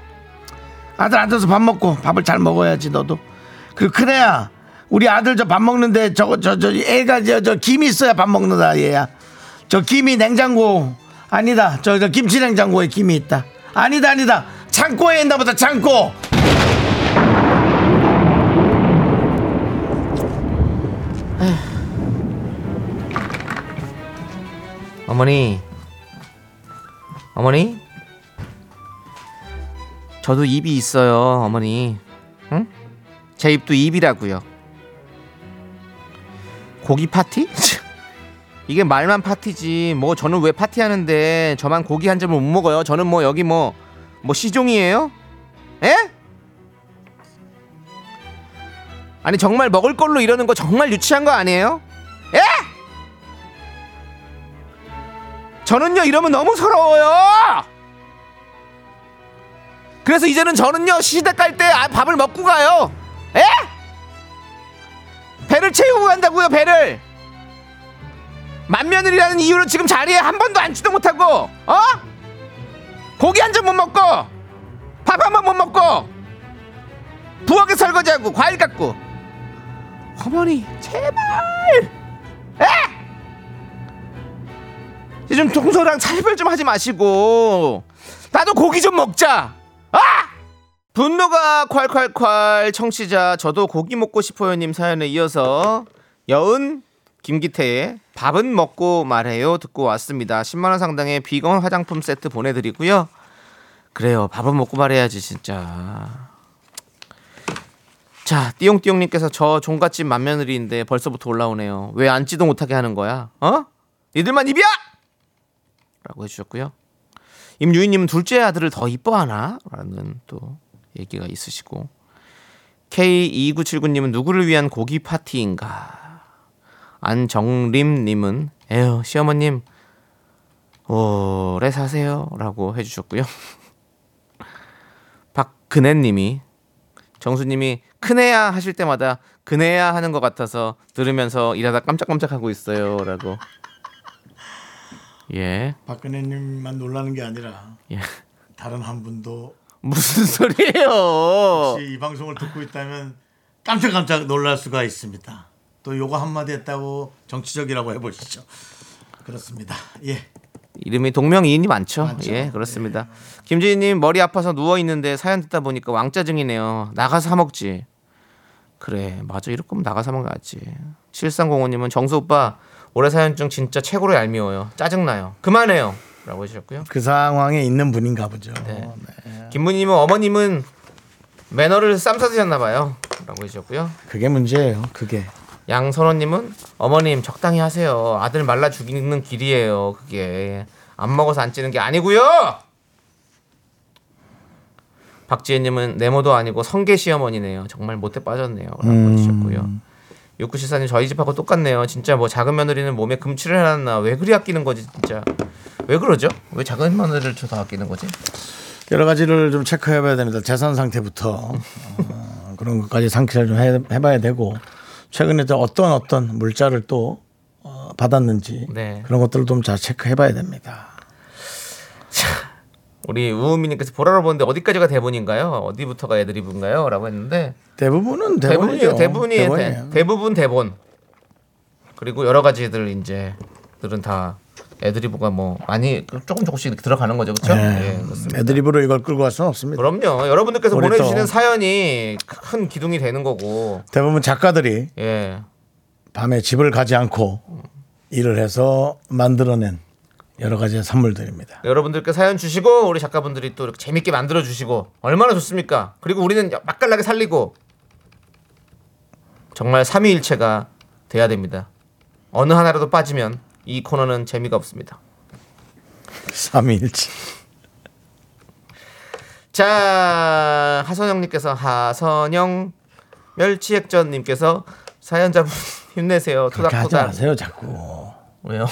아들 앉아서 밥 먹고 밥을 잘 먹어야지 너도 그리고 큰애야 우리 아들 저 밥 먹는데 저거 저 저 애가 저 저 김이 있어야 밥 먹는다 얘야 저 김이 냉장고 아니다 저 저 김치 냉장고에 김이 있다 아니다 아니다 창고에 있나 보다 창고
어머니 어머니 저도 입이 있어요 어머니 응? 제 입도 입이라고요 고기 파티? 이게 말만 파티지 뭐 저는 왜 파티하는데 저만 고기 한 점을 못 먹어요 저는 뭐 여기 뭐 뭐 시종이에요? 예? 에? 아니 정말 먹을 걸로 이러는 거 정말 유치한 거 아니에요? 예? 에? 저는요 이러면 너무 서러워요. 그래서 이제는 저는요 시댁 갈 때 아, 밥을 먹고 가요. 에? 배를 채우고 간다고요 배를. 만면을이라는 이유로 지금 자리에 한 번도 앉지도 못하고 어? 고기 한 점 못 먹고 밥 한 번 못 먹고 부엌에 설거지하고 과일 깎고 어머니 제발 에? 이제 좀 동서랑 차별 좀 하지 마시고 나도 고기 좀 먹자. 아! 분노가 콸콸콸 청취자 저도 고기 먹고 싶어요님 사연에 이어서 여은 김기태의 밥은 먹고 말해요 듣고 왔습니다. 10만 원 상당의 비건 화장품 세트 보내드리고요. 그래요 밥은 먹고 말해야지 진짜. 자 띠용띠용님께서 저 종갓집 맏며느리인데 벌써부터 올라오네요. 왜 앉지도 못하게 하는 거야? 어? 니들만 입이야! 라고 해주셨고요. 임유인님은 둘째 아들을 더 이뻐하나? 라는 또 얘기가 있으시고 K2979님은 누구를 위한 고기 파티인가? 안정림님은 에휴 시어머님 오래 사세요 라고 해주셨고요. 박근혜님이 정수님이 큰애야 하실 때마다 그네야 하는 것 같아서 들으면서 일하다 깜짝깜짝하고 있어요라고. 예,
박근혜님만 놀라는 게 아니라
예.
다른 한 분도
무슨 소리예요?
혹시 이 방송을 듣고 있다면 깜짝깜짝 놀랄 수가 있습니다. 또 요거 한마디 했다고 정치적이라고 해보시죠. 그렇습니다. 예.
이름이 동명이인이 많죠.
많죠.
예, 그렇습니다. 김지희님 머리 아파서 누워 있는데 사연 듣다 보니까 왕짜증이네요. 나가서 사 먹지. 그래, 맞아. 이럴 거면 나가서 먹어야지. 실상공호님은 정수 오빠 올해 사연 중 진짜 최고로 얄미워요. 짜증 나요. 그만해요. 라고 해주셨고요.
그 상황에 있는 분인가 보죠. 네.
김문님은 어머님은 매너를 쌈싸드셨나봐요. 라고 해주셨고요.
그게 문제예요. 그게.
양선호님은 어머님 적당히 하세요. 아들 말라 죽이는 길이에요. 그게 안 먹어서 안 찌는 게 아니고요. 박지혜님은 네모도 아니고 성계 시어머니네요. 정말 못해 빠졌네요.라고 하셨고요. 육구시사님 저희 집하고 똑같네요. 진짜 뭐 작은 며느리는 몸에 금치를 해놨나 왜 그리 아끼는 거지 진짜 왜 그러죠? 왜 작은 며느리를 저더 아끼는 거지?
여러 가지를 좀 체크해봐야 됩니다. 재산 상태부터 어, 그런 것까지 상기를 좀 해, 해봐야 되고 최근에 또 어떤 어떤 물자를 또 어, 받았는지
네.
그런 것들을 좀 잘 체크해봐야 됩니다.
우리 우우미님께서 보라로 보는데 어디까지가 대본인가요? 어디부터가 애드리브인가요? 라고 했는데
대부분은 대본이죠.
대본이죠. 대본이
대본이에요.
대, 부분 대본. 그리고 여러 가지들 이제 들은 다 애드리브가 뭐 많이 조금 조금씩 이렇게 들어가는 거죠, 그렇죠?
네. 애드립으로 이걸 끌고 갈 수는 없습니다.
그럼요. 여러분들께서
우리
보내주시는
또-
사연이 큰 기둥이 되는 거고,
대부분 작가들이
예,
밤에 집을 가지 않고 일을 해서 만들어낸 여러 가지의 선물들입니다.
여러분들께 사연 주시고 우리 작가분들이 또 이렇게 재밌게 만들어 주시고 얼마나 좋습니까? 그리고 우리는 맛깔나게 살리고 정말 삼위일체가 돼야 됩니다. 어느 하나라도 빠지면 이 코너는 재미가 없습니다.
삼일치.
자 하선영님께서 하선영 멸치액전님께서 사연자분 힘내세요
그렇게 하지
토닥토닥
마세요, 자꾸.
왜요?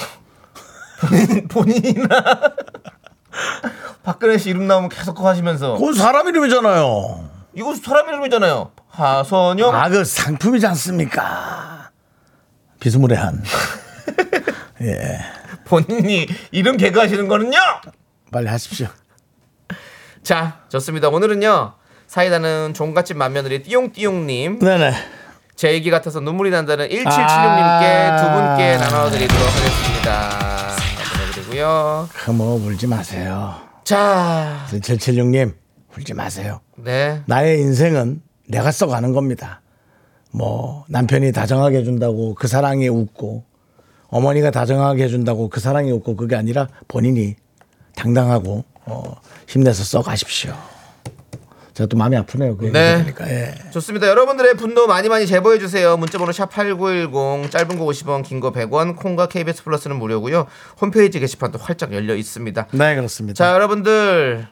본인 본인이나 박근혜 씨 이름 나오면 계속 그거 하시면서
그건 사람 이름이잖아요.
이거 사람 이름이잖아요 하선영
아, 그 상품이지 않습니까? 비스무레한.
본인이 이름 개그 하시는 거는요
빨리 하십시오.
자 좋습니다 오늘은요 사이다는 종갓집 맏며느리 띠용띠용님
네네.
제 얘기 같아서 눈물이 난다는 1776님께
아.
두 분께 나눠드리도록 하겠습니다 보내드리고요
그뭐 울지 마세요.
자,
776님, 울지 마세요.
네.
나의 인생은 내가 써가는 겁니다. 뭐 남편이 다정하게 해준다고 그 사랑이 웃고 어머니가 다정하게 해준다고 그 사랑이 웃고 그게 아니라 본인이 당당하고 어, 힘내서 써가십시오. 제가 또 마음이 아프네요. 그
네.
얘기 들으니까. 예.
좋습니다. 여러분들의 분노 많이 많이 제보해 주세요. 문자 번호 샵8910 짧은 거 50원, 긴 거 100원, 콩과 KBS 플러스는 무료고요. 홈페이지 게시판도 활짝 열려 있습니다.
네 그렇습니다.
자, 여러분들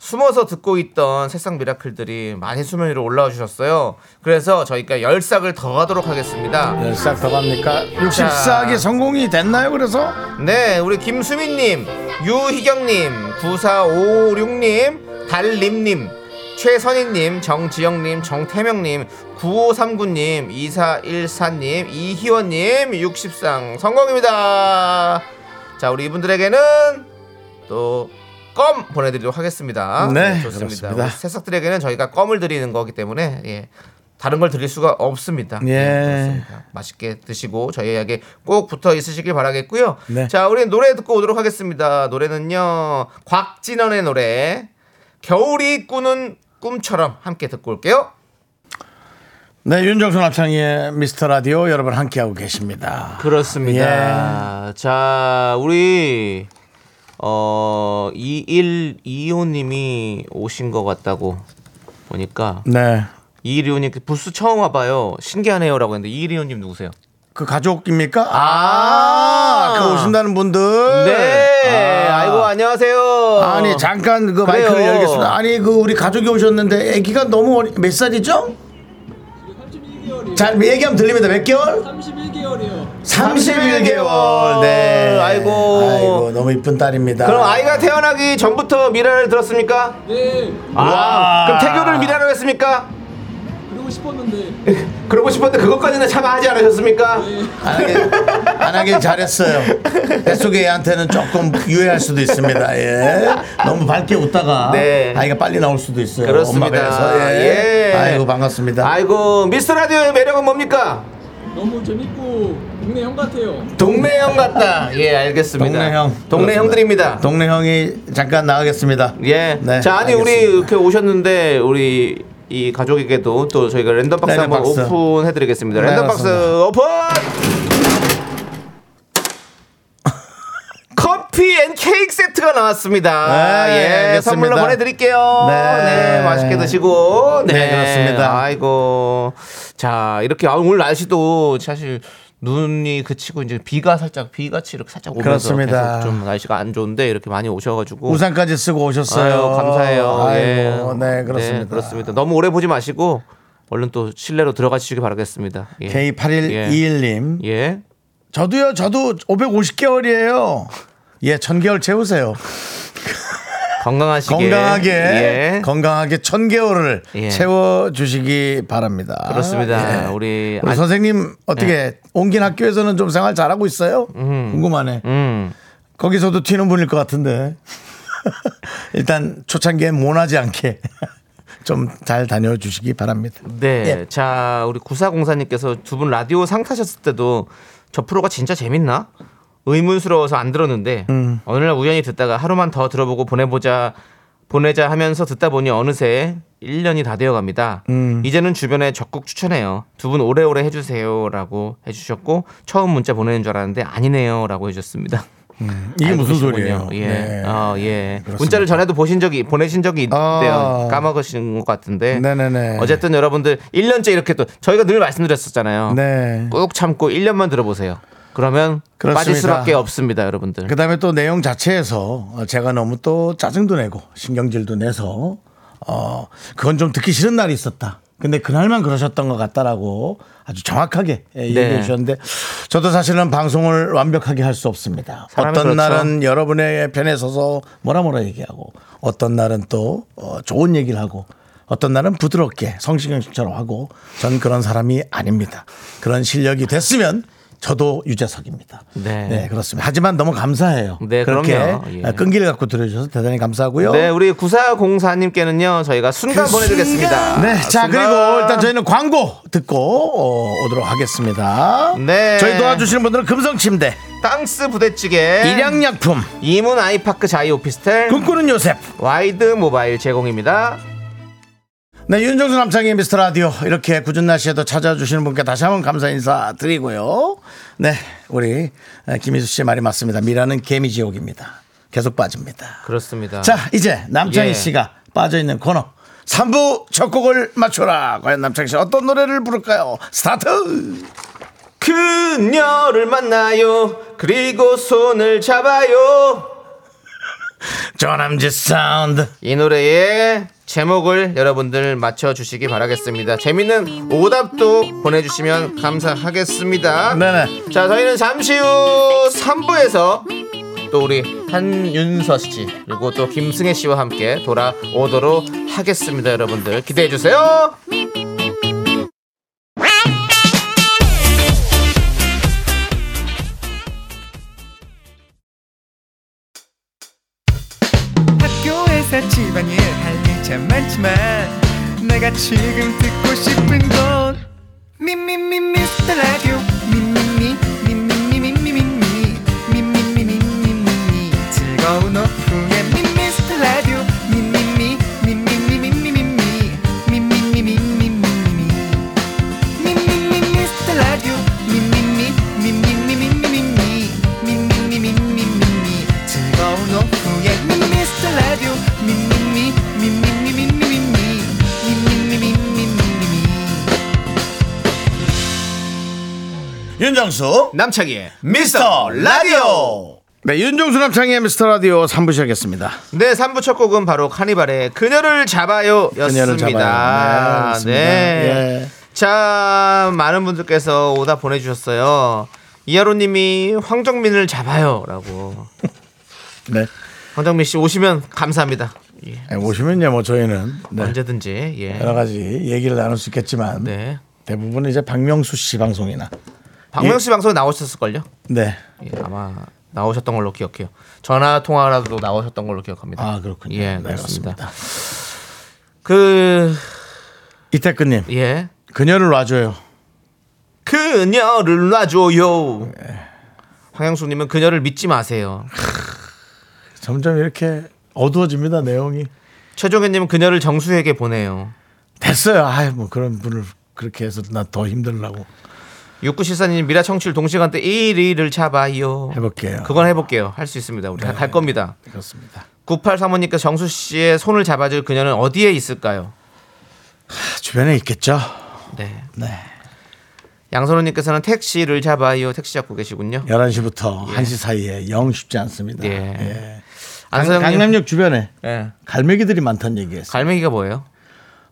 숨어서 듣고 있던 세상 미라클들이 많이 수면 위로 올라와 주셨어요. 그래서 저희가 열싹을더 하도록 하겠습니다.
열싹 더 갑니까? 64기 성공이 됐나요? 그래서
네, 우리 김수민님, 유희경님, 9456님, 달림님, 최선희님, 정지영님, 정태명님, 9539님, 2414님, 이희원님, 60상 성공입니다. 자, 우리 이분들에게는 또 껌 보내드리도록 하겠습니다.
네,
좋습니다.
그렇습니다.
우리 새싹들에게는 저희가 껌을 드리는 거기 때문에 예, 다른 걸 드릴 수가 없습니다. 네,
예.
그렇습니다. 맛있게 드시고 저희에게 꼭 붙어 있으시길 바라겠고요.
네.
자, 우리 노래 듣고 오도록 하겠습니다. 노래는요, 곽진원의 노래 겨울이 꾸는 꿈처럼 함께 듣고 올게요.
네 윤정수 남창희의 미스터 라디오 여러분 함께하고 계십니다. 예.
그렇습니다. 자, 우리 어 2125님이 오신 것 같다고 보니까
네.
이일이오님 부스 처음 와봐요. 신기하네요라고 했는데 이일이오님 누구세요?
그 가족입니까?
아,
마이크 오신다는 분들.
네.
아.
아. 이고 안녕하세요.
아니 잠깐 그
그래요.
마이크를 열겠습니다. 아니 그 우리 가족이 오셨는데 아기가 너무 어리, 몇 살이죠? 잘 얘기하면 들립니다. 몇 개월?
31개월이요.
31개월. 네.
아이고.
아이고 너무 이쁜 딸입니다.
그럼 아이가 태어나기 전부터 미라를 들었습니까?
네.
아,
와.
그럼 태교를 미라로 했습니까?
그러고 싶었는데 네.
그러고 싶었는데 그것까지는 참 하지 않으셨습니까?
안 하길, 안 하길 잘했어요. 뱃속에 애한테는 조금 유해할 수도 있습니다. 예. 너무 밝게 웃다가
네.
아이가 빨리 나올 수도 있어요.
그렇습니다.
엄마 배에서. 예. 아이고 반갑습니다.
아이고 미스 라디오의 매력은 뭡니까?
너무 재밌고 동네 형 같아요.
동네 형 같다. 예, 알겠습니다.
동네 형.
동네
그렇습니다.
형들입니다.
동네 형이 잠깐 나가겠습니다.
예.
네,
자, 아니 우리
알겠습니다.
이렇게 오셨는데 우리 이 가족에게도 또 저희가 랜덤 박스
랜덤
한번
박스.
오픈해 드리겠습니다.
네,
랜덤 박스
맞습니다.
오픈! 커피 앤 케이크 세트가 나왔습니다.
네,
예,
알겠습니다.
선물로 보내드릴게요.
네.
네, 맛있게 드시고.
네, 그렇습니다.
아이고, 자 이렇게 아, 오늘 날씨도 사실 눈이 그치고 이제 비가 살짝 비같이 이렇게 살짝 오면서
그렇습니다.
계속 좀 날씨가 안 좋은데 이렇게 많이 오셔가지고
우산까지 쓰고 오셨어요.
아유, 감사해요.
아이고,
예.
네, 그렇습니다.
그렇습니다. 너무 오래 보지 마시고 얼른 또 실내로 들어가 주시기 바라겠습니다. 예.
K8121님.
예.
저도요, 저도 550개월이에요. 예, 1000개월 채우세요.
건강하시게
건강하게,
예.
건강하게 1000개월을
예.
채워주시기 바랍니다.
그렇습니다. 예.
예.
우리
우리
안-
선생님, 어떻게, 옮긴 학교에서는 좀 생활 잘하고 있어요? 궁금하네.
음.
거기서도 튀는 분일 것 같은데. 일단 초창기에 모나지 않게 좀 잘 다녀주시기 바랍니다.
네. 자, 우리 구사공사님께서 두 분 라디오 상 타셨을 때도 저 프로가 진짜 재밌나? 의문스러워서 안 들었는데 어느 날 우연히 듣다가 하루만 더 들어보고 보내보자 보내자 하면서 듣다 보니 어느새 1년이 다 되어 갑니다. 이제는 주변에 적극 추천해요. 두 분 오래오래 해주세요라고 해주셨고 처음 문자 보내는 줄 알았는데 아니네요라고 해주셨습니다.
이게
알고
무슨
계시군요.
소리예요?
예.
네.
어, 예.
그렇습니다.
문자를 전에도 보신 적이 보내신 적이 있대요.
아.
까먹으신 것 같은데.
네네네.
어쨌든 여러분들 1년째 이렇게 또 저희가 늘 말씀드렸었잖아요.
네.
꾹 참고 1년만 들어보세요. 그러면
그렇습니다.
빠질 수밖에 없습니다, 여러분들.
그 다음에 또 내용 자체에서 어, 제가 너무 또 짜증도 내고 신경질도 내서 어 그건 좀 듣기 싫은 날이 있었다. 근데 그날만 그러셨던 것 같다라고 아주 정확하게
네.
예, 얘기해 주셨는데 저도 사실은 방송을 완벽하게 할 수 없습니다. 어떤
사람이 그렇죠.
날은 여러분의 편에 서서 뭐라 뭐라 얘기하고 어떤 날은 또 어, 좋은 얘기를 하고 어떤 날은 부드럽게 성시경 씨처럼 하고 전 그런 사람이 아닙니다. 그런 실력이 됐으면 저도 유재석입니다.
네.
네, 그렇습니다. 하지만 너무 감사해요.
네,
그렇게 아,
그럼요. 예.
끈기를 갖고 들어주셔서 대단히 감사하고요.
네, 우리 구사공사님께는요 저희가 순간 보내드리겠습니다.
그 네, 자
순간.
그리고 일단 저희는 광고 듣고 어, 오도록 하겠습니다.
네.
저희 도와주시는 분들은 금성침대,
땅스 부대찌개,
일양약품,
이문 아이파크 자이 오피스텔,
꿈꾸는 요셉.
와이드 모바일 제공입니다.
네, 윤정수 남창의 미스터 라디오 이렇게 굳은 날씨에도 찾아주시는 분께 다시 한번 감사 인사 드리고요. 네, 우리 김희수 씨의 말이 맞습니다. 미라는 개미 지옥입니다. 계속 빠집니다.
그렇습니다.
자, 이제 남창희
예.
씨가 빠져있는 코너. 3부 첫 곡을 맞춰라. 과연 남창희 씨 어떤 노래를 부를까요? 스타트!
그녀를 만나요. 그리고 손을 잡아요.
조남지 사운드.
이 노래의 제목을 여러분들 맞춰주시기 바라겠습니다. 재밌는 오답도 보내주시면 감사하겠습니다.
네네.
자, 저희는 잠시 후 3부에서 또 우리 한윤서 씨 그리고 또 김승혜 씨와 함께 돌아오도록 하겠습니다. 여러분들 기대해 주세요.
학교에서 집안일 할 일 참 많지만 내가 지금 듣고 싶은 건 미미미 미스터 라디오 미미미 미미미미미미 미미미미미미 즐거운 오후에 미스터 라디오 미미미 미미미미미미 미미미미미미 미미미 미스터 라디오 미미미 미미미미미미 미미미미미미 즐거운 오후에 미스터 라디오 미미미 미미미미미미 미미미미미미
윤정수
남창희의
미스터 라디오
네, 윤종수 남창의 미스터 라디오 3부 시작했습니다.
네, 3부 첫 곡은 바로 카니발의 그녀를 잡아요
그녀를 잡아요. 네,
였습니다. 네.
그렇습니다. 예.
자, 많은 분들께서 오다 보내주셨어요. 이하로 님이 황정민을 잡아요. 라고.
네.
황정민 씨 오시면 감사합니다. 예,
네, 오시면요, 뭐 저희는 네,
언제든지. 예.
여러 가지 얘기를 나눌 수 있겠지만
네.
대부분 은 이제 박명수 씨 방송이나 예.
박명수 방송에 나오셨을걸요?
네.
예, 아마 나오셨던 걸로 기억해요. 전화 통화라도 나오셨던 걸로 기억합니다.
아 그렇군요.
예,
네,
그렇습니다. 그,
이태근님
예.
그녀를 놔줘요.
그녀를 놔줘요. 황영수님은 그녀를 믿지 마세요.
점점 이렇게 어두워집니다 내용이.
최종현님은 그녀를 정수에게 보내요.
됐어요. 아뭐 그런 분을 그렇게 해서 나 더 힘들라고
육구실사님 미라 청취율 동시간대 1위를 잡아요.
해볼게요. 네.
그건 해볼게요. 할 수 있습니다. 우리 갈 겁니다.
그렇습니다.
9835님께서 정수 씨의 손을 잡아줄 그녀는 어디에 있을까요?
아, 주변에 있겠죠.
네.
네.
양선호님께서는 택시를 잡아요. 택시 잡고 계시군요.
11시부터 1시 사이에 영 쉽지 않습니다.
예.
예. 강-
안서영님.
강남역 주변에
예.
갈매기들이 많다는 얘기했어요.
갈매기가 뭐예요?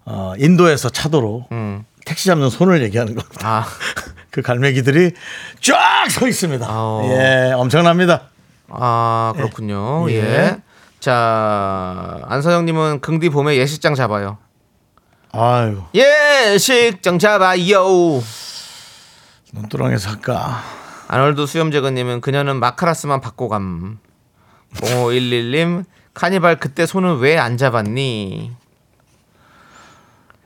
어, 인도에서 차도로
음.
택시 잡는 손을 얘기하는 겁니다.
아.
그 갈매기들이 쫙 서 있습니다.
아오.
예, 엄청납니다.
아 그렇군요.
예.
예. 자 안서영님은 긍디 봄에 예식장 잡아요.
아유,
예식장 잡아요.
눈두렁에서 할까?
아놀드 수염재근님은 그녀는 마카라스만 받고 감. 0511님 카니발 그때 손을 왜 안 잡았니?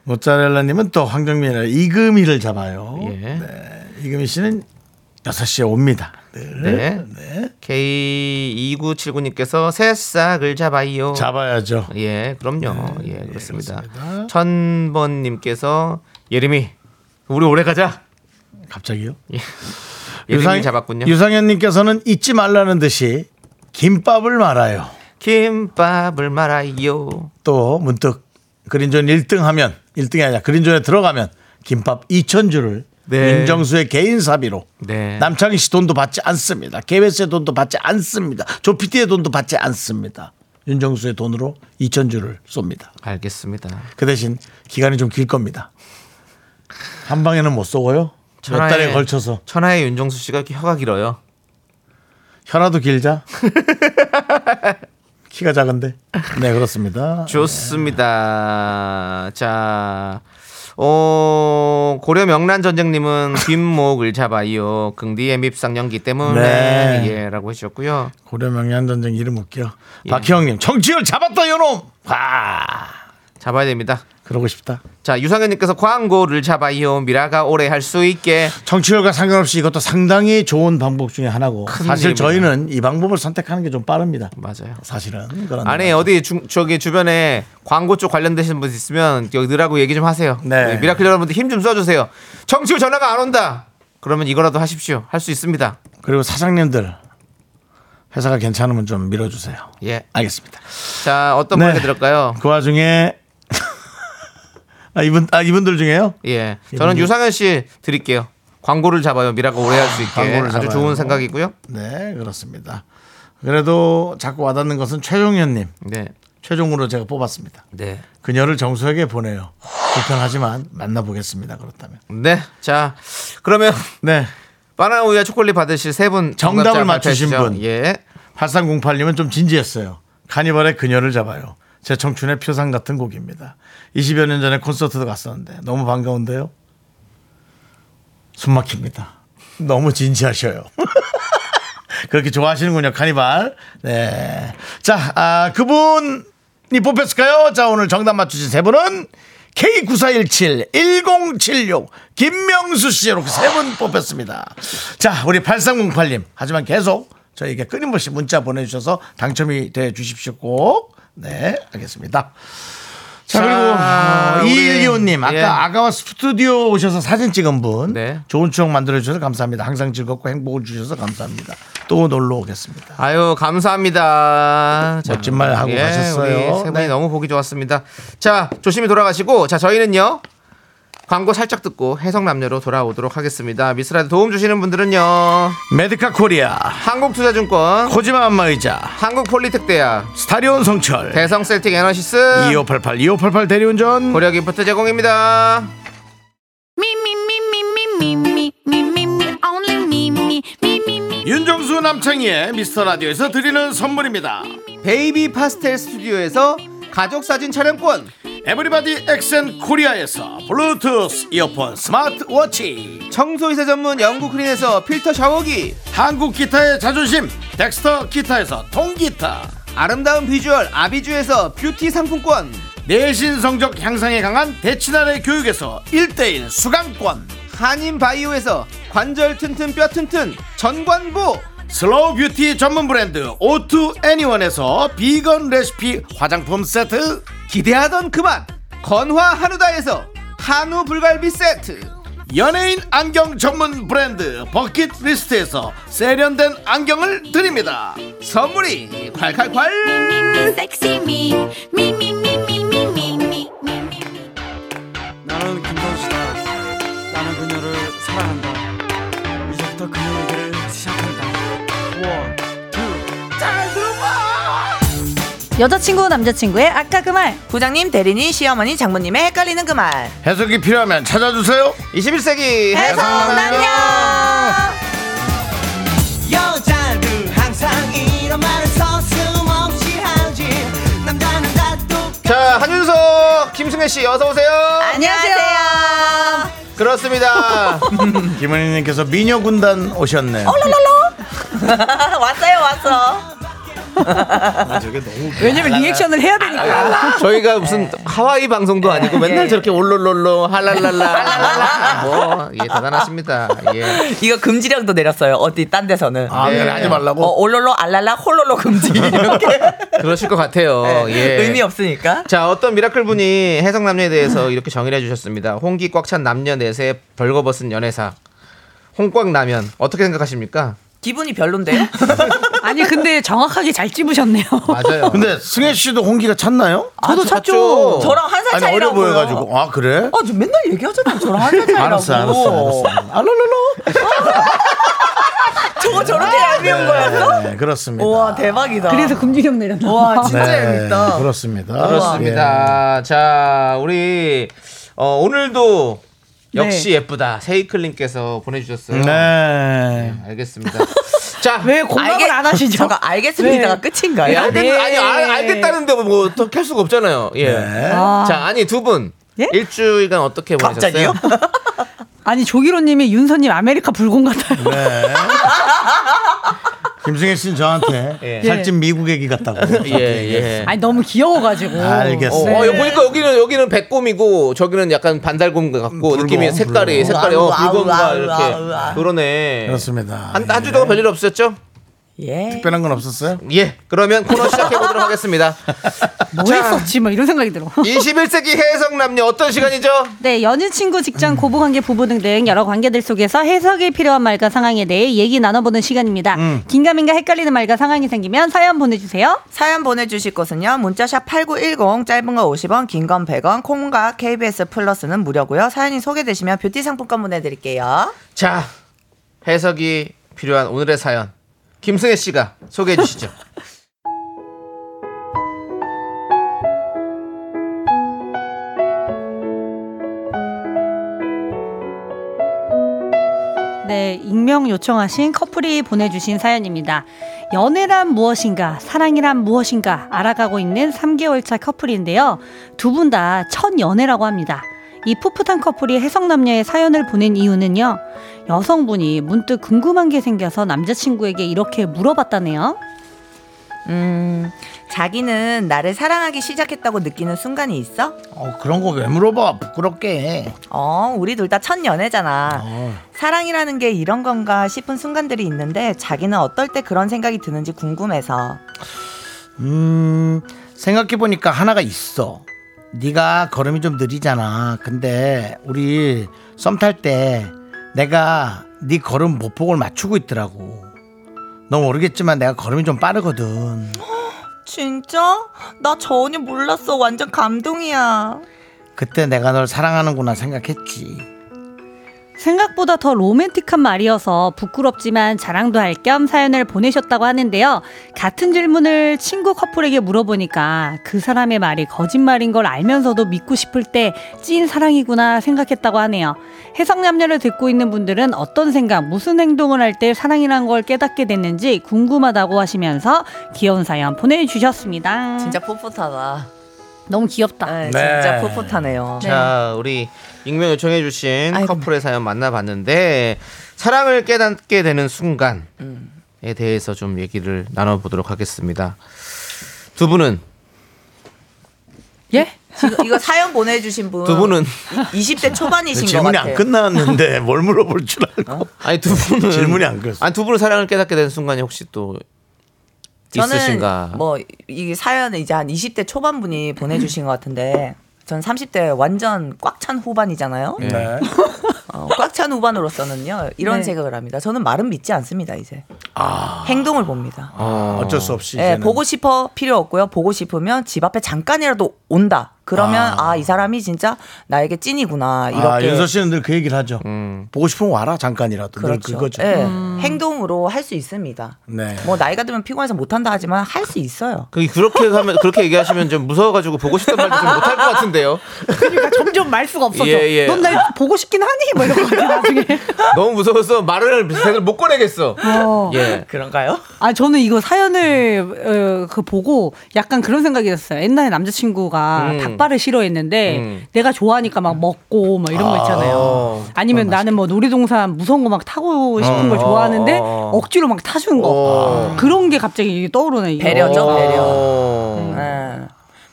모짜렐라님은 또 황정민의 이금희를 잡아요.
예.
네, 이금희 씨는 6시에 옵니다. 늘.
네. K2979님께서 새싹을 잡아요.
잡아야죠.
예, 그럼요. 예, 그렇습니다. 천번님께서 예림이 우리 오래 가자.
갑자기요?
예, 예림이 잡았군요.
유상현님께서는 잊지 말라는 듯이 김밥을 말아요.
김밥을 말아요.
또 문득 그린존 1등 하면 1등이 아니라 그린존에 들어가면 김밥 2천주를
네.
윤정수의 개인 사비로
네.
남창희 씨 돈도 받지 않습니다. KBS의 돈도 받지 않습니다. 조피디의 돈도 받지 않습니다. 윤정수의 돈으로 2천주를 쏩니다.
알겠습니다.
그 대신 기간이 좀 길 겁니다. 한 방에는 못 쏘고요. 몇
천하의-
달에 걸쳐서
천하의 윤정수 씨가 이렇게 혀가 길어요.
혀라도 길자. 키가 작은데. 네 그렇습니다.
좋습니다. 자, 어, 고려 명란 전쟁님은 뒷목을 잡아요. 긍디의 밉상 연기 때문에
네.
예라고 해주셨고요.
고려 명량 전쟁 이름 웃겨.
예.
박희영님 정치열 잡았다 요놈. 와
잡아야 됩니다.
그러고 싶다.
자, 유상현님께서 광고를 잡아요. 미라가 오래 할 수 있게.
정치열과 상관없이 이것도 상당히 좋은 방법 중에 하나고 사실
일입니다.
저희는 이 방법을 선택하는 게 좀 빠릅니다.
맞아요.
사실은 그런
아니 어디 중, 저기 주변에 광고 쪽 관련되신 분 있으면 여기 넣으라고 얘기 좀 하세요.
네.
네, 미라클 여러분들 힘 좀 써주세요. 정치후 전화가 안 온다. 그러면 이거라도 하십시오. 할 수 있습니다.
그리고 사장님들 회사가 괜찮으면 좀 밀어주세요.
예.
알겠습니다.
자 어떤
네.
분에게 들을까요?
그 와중에 아 이분 아 이분들 중에요?
예. 저는
이분들-
유상현 씨 드릴게요. 광고를 잡아요. 미라가 오래 할 수 있게.
광고를
아주
잡아요.
좋은 생각이고요.
네 그렇습니다. 그래도 자꾸 와닿는 것은 최종현님
네.
최종으로 제가 뽑았습니다.
네.
그녀를 정수에게 보내요. 불편하지만 만나보겠습니다. 그렇다면.
네. 자, 그러면
네.
바나나 우유와 초콜릿 받으실 세 분
정답을
정답자
맞추신
발표해
분.
주시죠. 예.
8308님은 좀 진지했어요. 카니발의 그녀를 잡아요. 제 청춘의 표상 같은 곡입니다. 20여 년 전에 콘서트도 갔었는데 너무 반가운데요. 숨 막힙니다. 너무 진지하셔요. 그렇게 좋아하시는군요, 카니발. 네. 자, 아, 그분이 뽑혔을까요? 자, 오늘 정답 맞추신 세 분은 K9417, 1076, 김명수 씨 이렇게 세 분 뽑혔습니다. 자, 우리 8308님. 하지만 계속 저희에게 끊임없이 문자 보내주셔서 당첨이 돼 주십시오. 꼭. 네, 알겠습니다. 자, 어,
자,
그리고
우리-
이일기호님 아까
예.
아가와 스튜디오 오셔서 사진 찍은 분
네.
좋은 추억 만들어 주셔서 감사합니다. 항상 즐겁고 행복을 주셔서 감사합니다. 또 놀러 오겠습니다.
아유 감사합니다. 자,
멋진 말 하고 가셨어요.
우리 세 분이
네.
너무 보기 좋았습니다. 자 조심히 돌아가시고 자 저희는요 광고 살짝 듣고 해성남녀로 돌아오도록 하겠습니다. 미스라드 도움 주시는 분들은요.
메디카 코리아
한국투자증권,
코지마 안마의자
한국폴리텍대야,
스타리온 성철
대성셀틱 에너시스,
2588 2588 대리운전
고려기프트 제공입니다.
윤정수 남창희의 미스터 라디오에서 드리는 선물입니다
베이비 파스텔 스튜디오에서 가족사진 촬영권,
에브리바디 엑센 코리아에서 블루투스 이어폰 스마트워치
청소이사 전문 영국크린에서 필터 샤워기,
한국 기타의 자존심 덱스터 기타에서 통기타
아름다운 비주얼 아비주에서 뷰티 상품권,
내신 성적 향상에 강한 대치나래 교육에서 1대1 수강권
한인바이오에서 관절 튼튼 뼈 튼튼 전관보
슬로우 뷰티 전문 브랜드 오투 애니원에서 비건 레시피 화장품 세트
기대하던 그만 건화 한우다에서 한우 불갈비 세트
연예인 안경 전문 브랜드 버킷리스트에서 세련된 안경을 드립니다
선물이 콸콸콸
섹시 미, 미, 미, 미, 미, 미, 미, 미, 미, 미.
나는 김선수다. 나는 그녀를 사랑한다. 이제부터 그녀에게를 시작한다. 원, 투.
여자친구 남자친구의 아까 그 말
부장님, 대리님, 시어머니, 장모님의 헷갈리는 그 말.
해석이 필요하면 찾아주세요
21세기
해성남녀.
여자들 항상 이런 말을 서슴없이 하지. 남자는 다 똑.
자 한윤석 김승혜씨 어서오세요
안녕하세요.
그렇습니다
김은희님께서 미녀군단 오셨네요
왔어요, 왔어.
왜냐면 리액션을 해야 되니까
저희가 무슨
네.
하와이 방송도 아니고 맨날 저렇게 올롤롤로 할랄랄라 뭐 예, 대단하십니다 예.
이거 금지령도 내렸어요. 어디 딴 데서는.
아
예.
그래 하지 말라고
어, 올롤로 알랄라 홀롤로 그 금지 이렇게
그러실 것 같아요
어,
예.
네. 의미 없으니까
자 어떤 미라클 분이 해성 남녀에 대해서 이렇게 정의를 해주셨습니다. 홍기 꽉 찬 남녀 넷의 벌거벗은 연애사 홍꽉 라면 어떻게 생각하십니까?
기분이 별론데요.
아니 근데 정확하게 잘 찝으셨네요
맞아요.
근데 승혜 씨도 홍기가 찼나요?
아, 저도
찼죠.
저랑 한 살
아니 어려
차이라고
보여가지고 아 그래?
아저 맨날 얘기하잖아요. 저랑 한 살 차이라고.
알았어 알았어 알았어 알랄랄라
아,
저거 저렇게 얄미운 거였어?
네, 그렇습니다 네,
우와 대박이다.
그래서 금지령 내렸나
와
봐.
진짜
네.
재밌다.
그렇습니다 예.
그렇습니다. 자 우리 어, 오늘도 역시 예쁘다 세이클님께서
예.
보내주셨어요.
네
알겠습니다. 자
왜 공감을 안 하시죠?
저거 알겠습니다가 끝인가요?
예, 알겠,
네.
아니 알, 알겠다는데 뭐더캘 수가 없잖아요. 예.
네.
자 아니 두 분
예?
일주일간 어떻게 보내셨어요?
갑자기요?
아니 조기로님이 윤서님 아메리카 불공 같아요
네. 김승혜 씨는 저한테
예.
살찐 미국 애기 같다고.
예 예.
아니 너무 귀여워가지고
알겠어요.
어,
네.
어, 여기 보니까 여기는 여기는 백곰이고 저기는 약간 반달곰 같고
붉어,
느낌이 색깔이
붉어.
색깔이 어,
아우, 아우,
붉은가
아우,
이렇게
아우, 아우.
그러네.
그렇습니다.
한, 한
예.
주 동안 별일 없었죠?
예.
특별한 건 없었어요?
예. 그러면 코너 시작해 보도록 하겠습니다.
뭐
자,
했었지 뭐 이런 생각이 들어
21세기 해석 남녀 어떤 시간이죠?
네, 연인, 친구, 직장, 고부관계, 부부 등등 여러 관계들 속에서 해석이 필요한 말과 상황에 대해 얘기 나눠보는 시간입니다.
음.
긴가민가 헷갈리는 말과 상황이 생기면 사연 보내주세요.
사연 보내주실 곳은요. 문자샵 8910 짧은 거 50원 긴 건 100원 콩과 KBS 플러스는 무료고요. 사연이 소개되시면 뷰티 상품권 보내드릴게요.
자, 해석이 필요한 오늘의 사연. 김승혜 씨가 소개해 주시죠.
네, 익명 요청하신 커플이 보내주신 사연입니다. 연애란 무엇인가, 사랑이란 무엇인가 알아가고 있는 3개월 차 커플인데요. 두 분 다 첫 연애라고 합니다. 이 풋풋한 커플이 해성남녀의 사연을 보낸 이유는요. 여성분이 문득 궁금한 게 생겨서 남자친구에게 이렇게 물어봤다네요.
음, 자기는 나를 사랑하기 시작했다고 느끼는 순간이 있어?
어, 그런 거 왜 물어봐? 부끄럽게.
어, 우리 둘 다 첫 연애잖아. 사랑이라는 게 이런 건가 싶은 순간들이 있는데 자기는 어떨 때 그런 생각이 드는지 궁금해서.
음, 생각해 보니까 하나가 있어. 네가 걸음이 좀 느리잖아. 근데 우리 썸 탈 때 내가 네 걸음 보폭을 맞추고 있더라고. 너 모르겠지만 내가 걸음이 좀 빠르거든.
진짜? 나 전혀 몰랐어. 완전 감동이야.
그때 내가 널 사랑하는구나 생각했지.
생각보다 더 로맨틱한 말이어서 부끄럽지만 자랑도 할 겸 사연을 보내셨다고 하는데요. 같은 질문을 친구 커플에게 물어보니까 그 사람의 말이 거짓말인 걸 알면서도 믿고 싶을 때 찐 사랑이구나 생각했다고 하네요. 해성남녀를 듣고 있는 분들은 어떤 생각, 무슨 행동을 할 때 사랑이란 걸 깨닫게 됐는지 궁금하다고 하시면서 귀여운 사연 보내주셨습니다.
진짜 풋풋하다.
너무 귀엽다.
아,
네.
진짜 풋풋하네요.
자, 우리 익명 요청해 주신 커플의 사연 만나봤는데 사랑을 깨닫게 되는 순간에
음.
대해서 좀 얘기를 나눠보도록 하겠습니다. 두 분은
예?
지금 이거 사연 보내주신 분.
두 분은
어.
20대 초반이신 것
질문이
같아요.
안 끝났는데 뭘 물어볼 줄 알고.
아니 두 분은
질문이 안 끝.
아니 두 분은 사랑을 깨닫게 된 순간이 혹시 또
저는
있으신가?
뭐이 사연을 이제 한 20대 초반분이 보내주신 것 같은데 전 30대 완전 꽉 찬 후반이잖아요. 어,
네.
꽉 찬 후반으로서는요 이런
네.
생각을 합니다. 저는 말은 믿지 않습니다 이제 행동을 봅니다.
아, 어쩔 수 없이.
예,
이제는.
보고 싶어 필요 없고요. 보고 싶으면 집 앞에 잠깐이라도 온다. 그러면 아 이 사람이 진짜 나에게 찐이구나
아,
이렇게
윤서 씨는 늘 그 얘기를 하죠. 보고 싶으면 와라 잠깐이라도. 늘
그렇죠.
그거죠. 음.
예, 행동으로 할 수 있습니다.
네.
뭐 나이가 들면 피곤해서 못한다 하지만 할 수 있어요.
그 그렇게 하면 그렇게 얘기하시면 좀 무서워가지고 보고 싶단 말도 좀 못할 것 같은데요.
그러니까 점점 말 수가 없어져.
예, 예.
넌 날 보고 싶긴 하니? 뭐 이런 거 나중에.
너무 무서워서 말을 제대로 못 꺼내겠어.
어.
예.
그런가요?
아 저는 이거 사연을 어, 그 보고 약간 그런 생각이 들었어요. 옛날에 남자친구가
음.
닭발을 싫어했는데
음.
내가 좋아하니까 막 먹고 막 이런 거 있잖아요. 아니면 나는 뭐 놀이동산 무서운 거 막 타고 싶은
어,
걸 좋아하는데 억지로 막 타준 거 그런 게 갑자기 떠오르네. 이거.
배려죠 배려.
어.
예.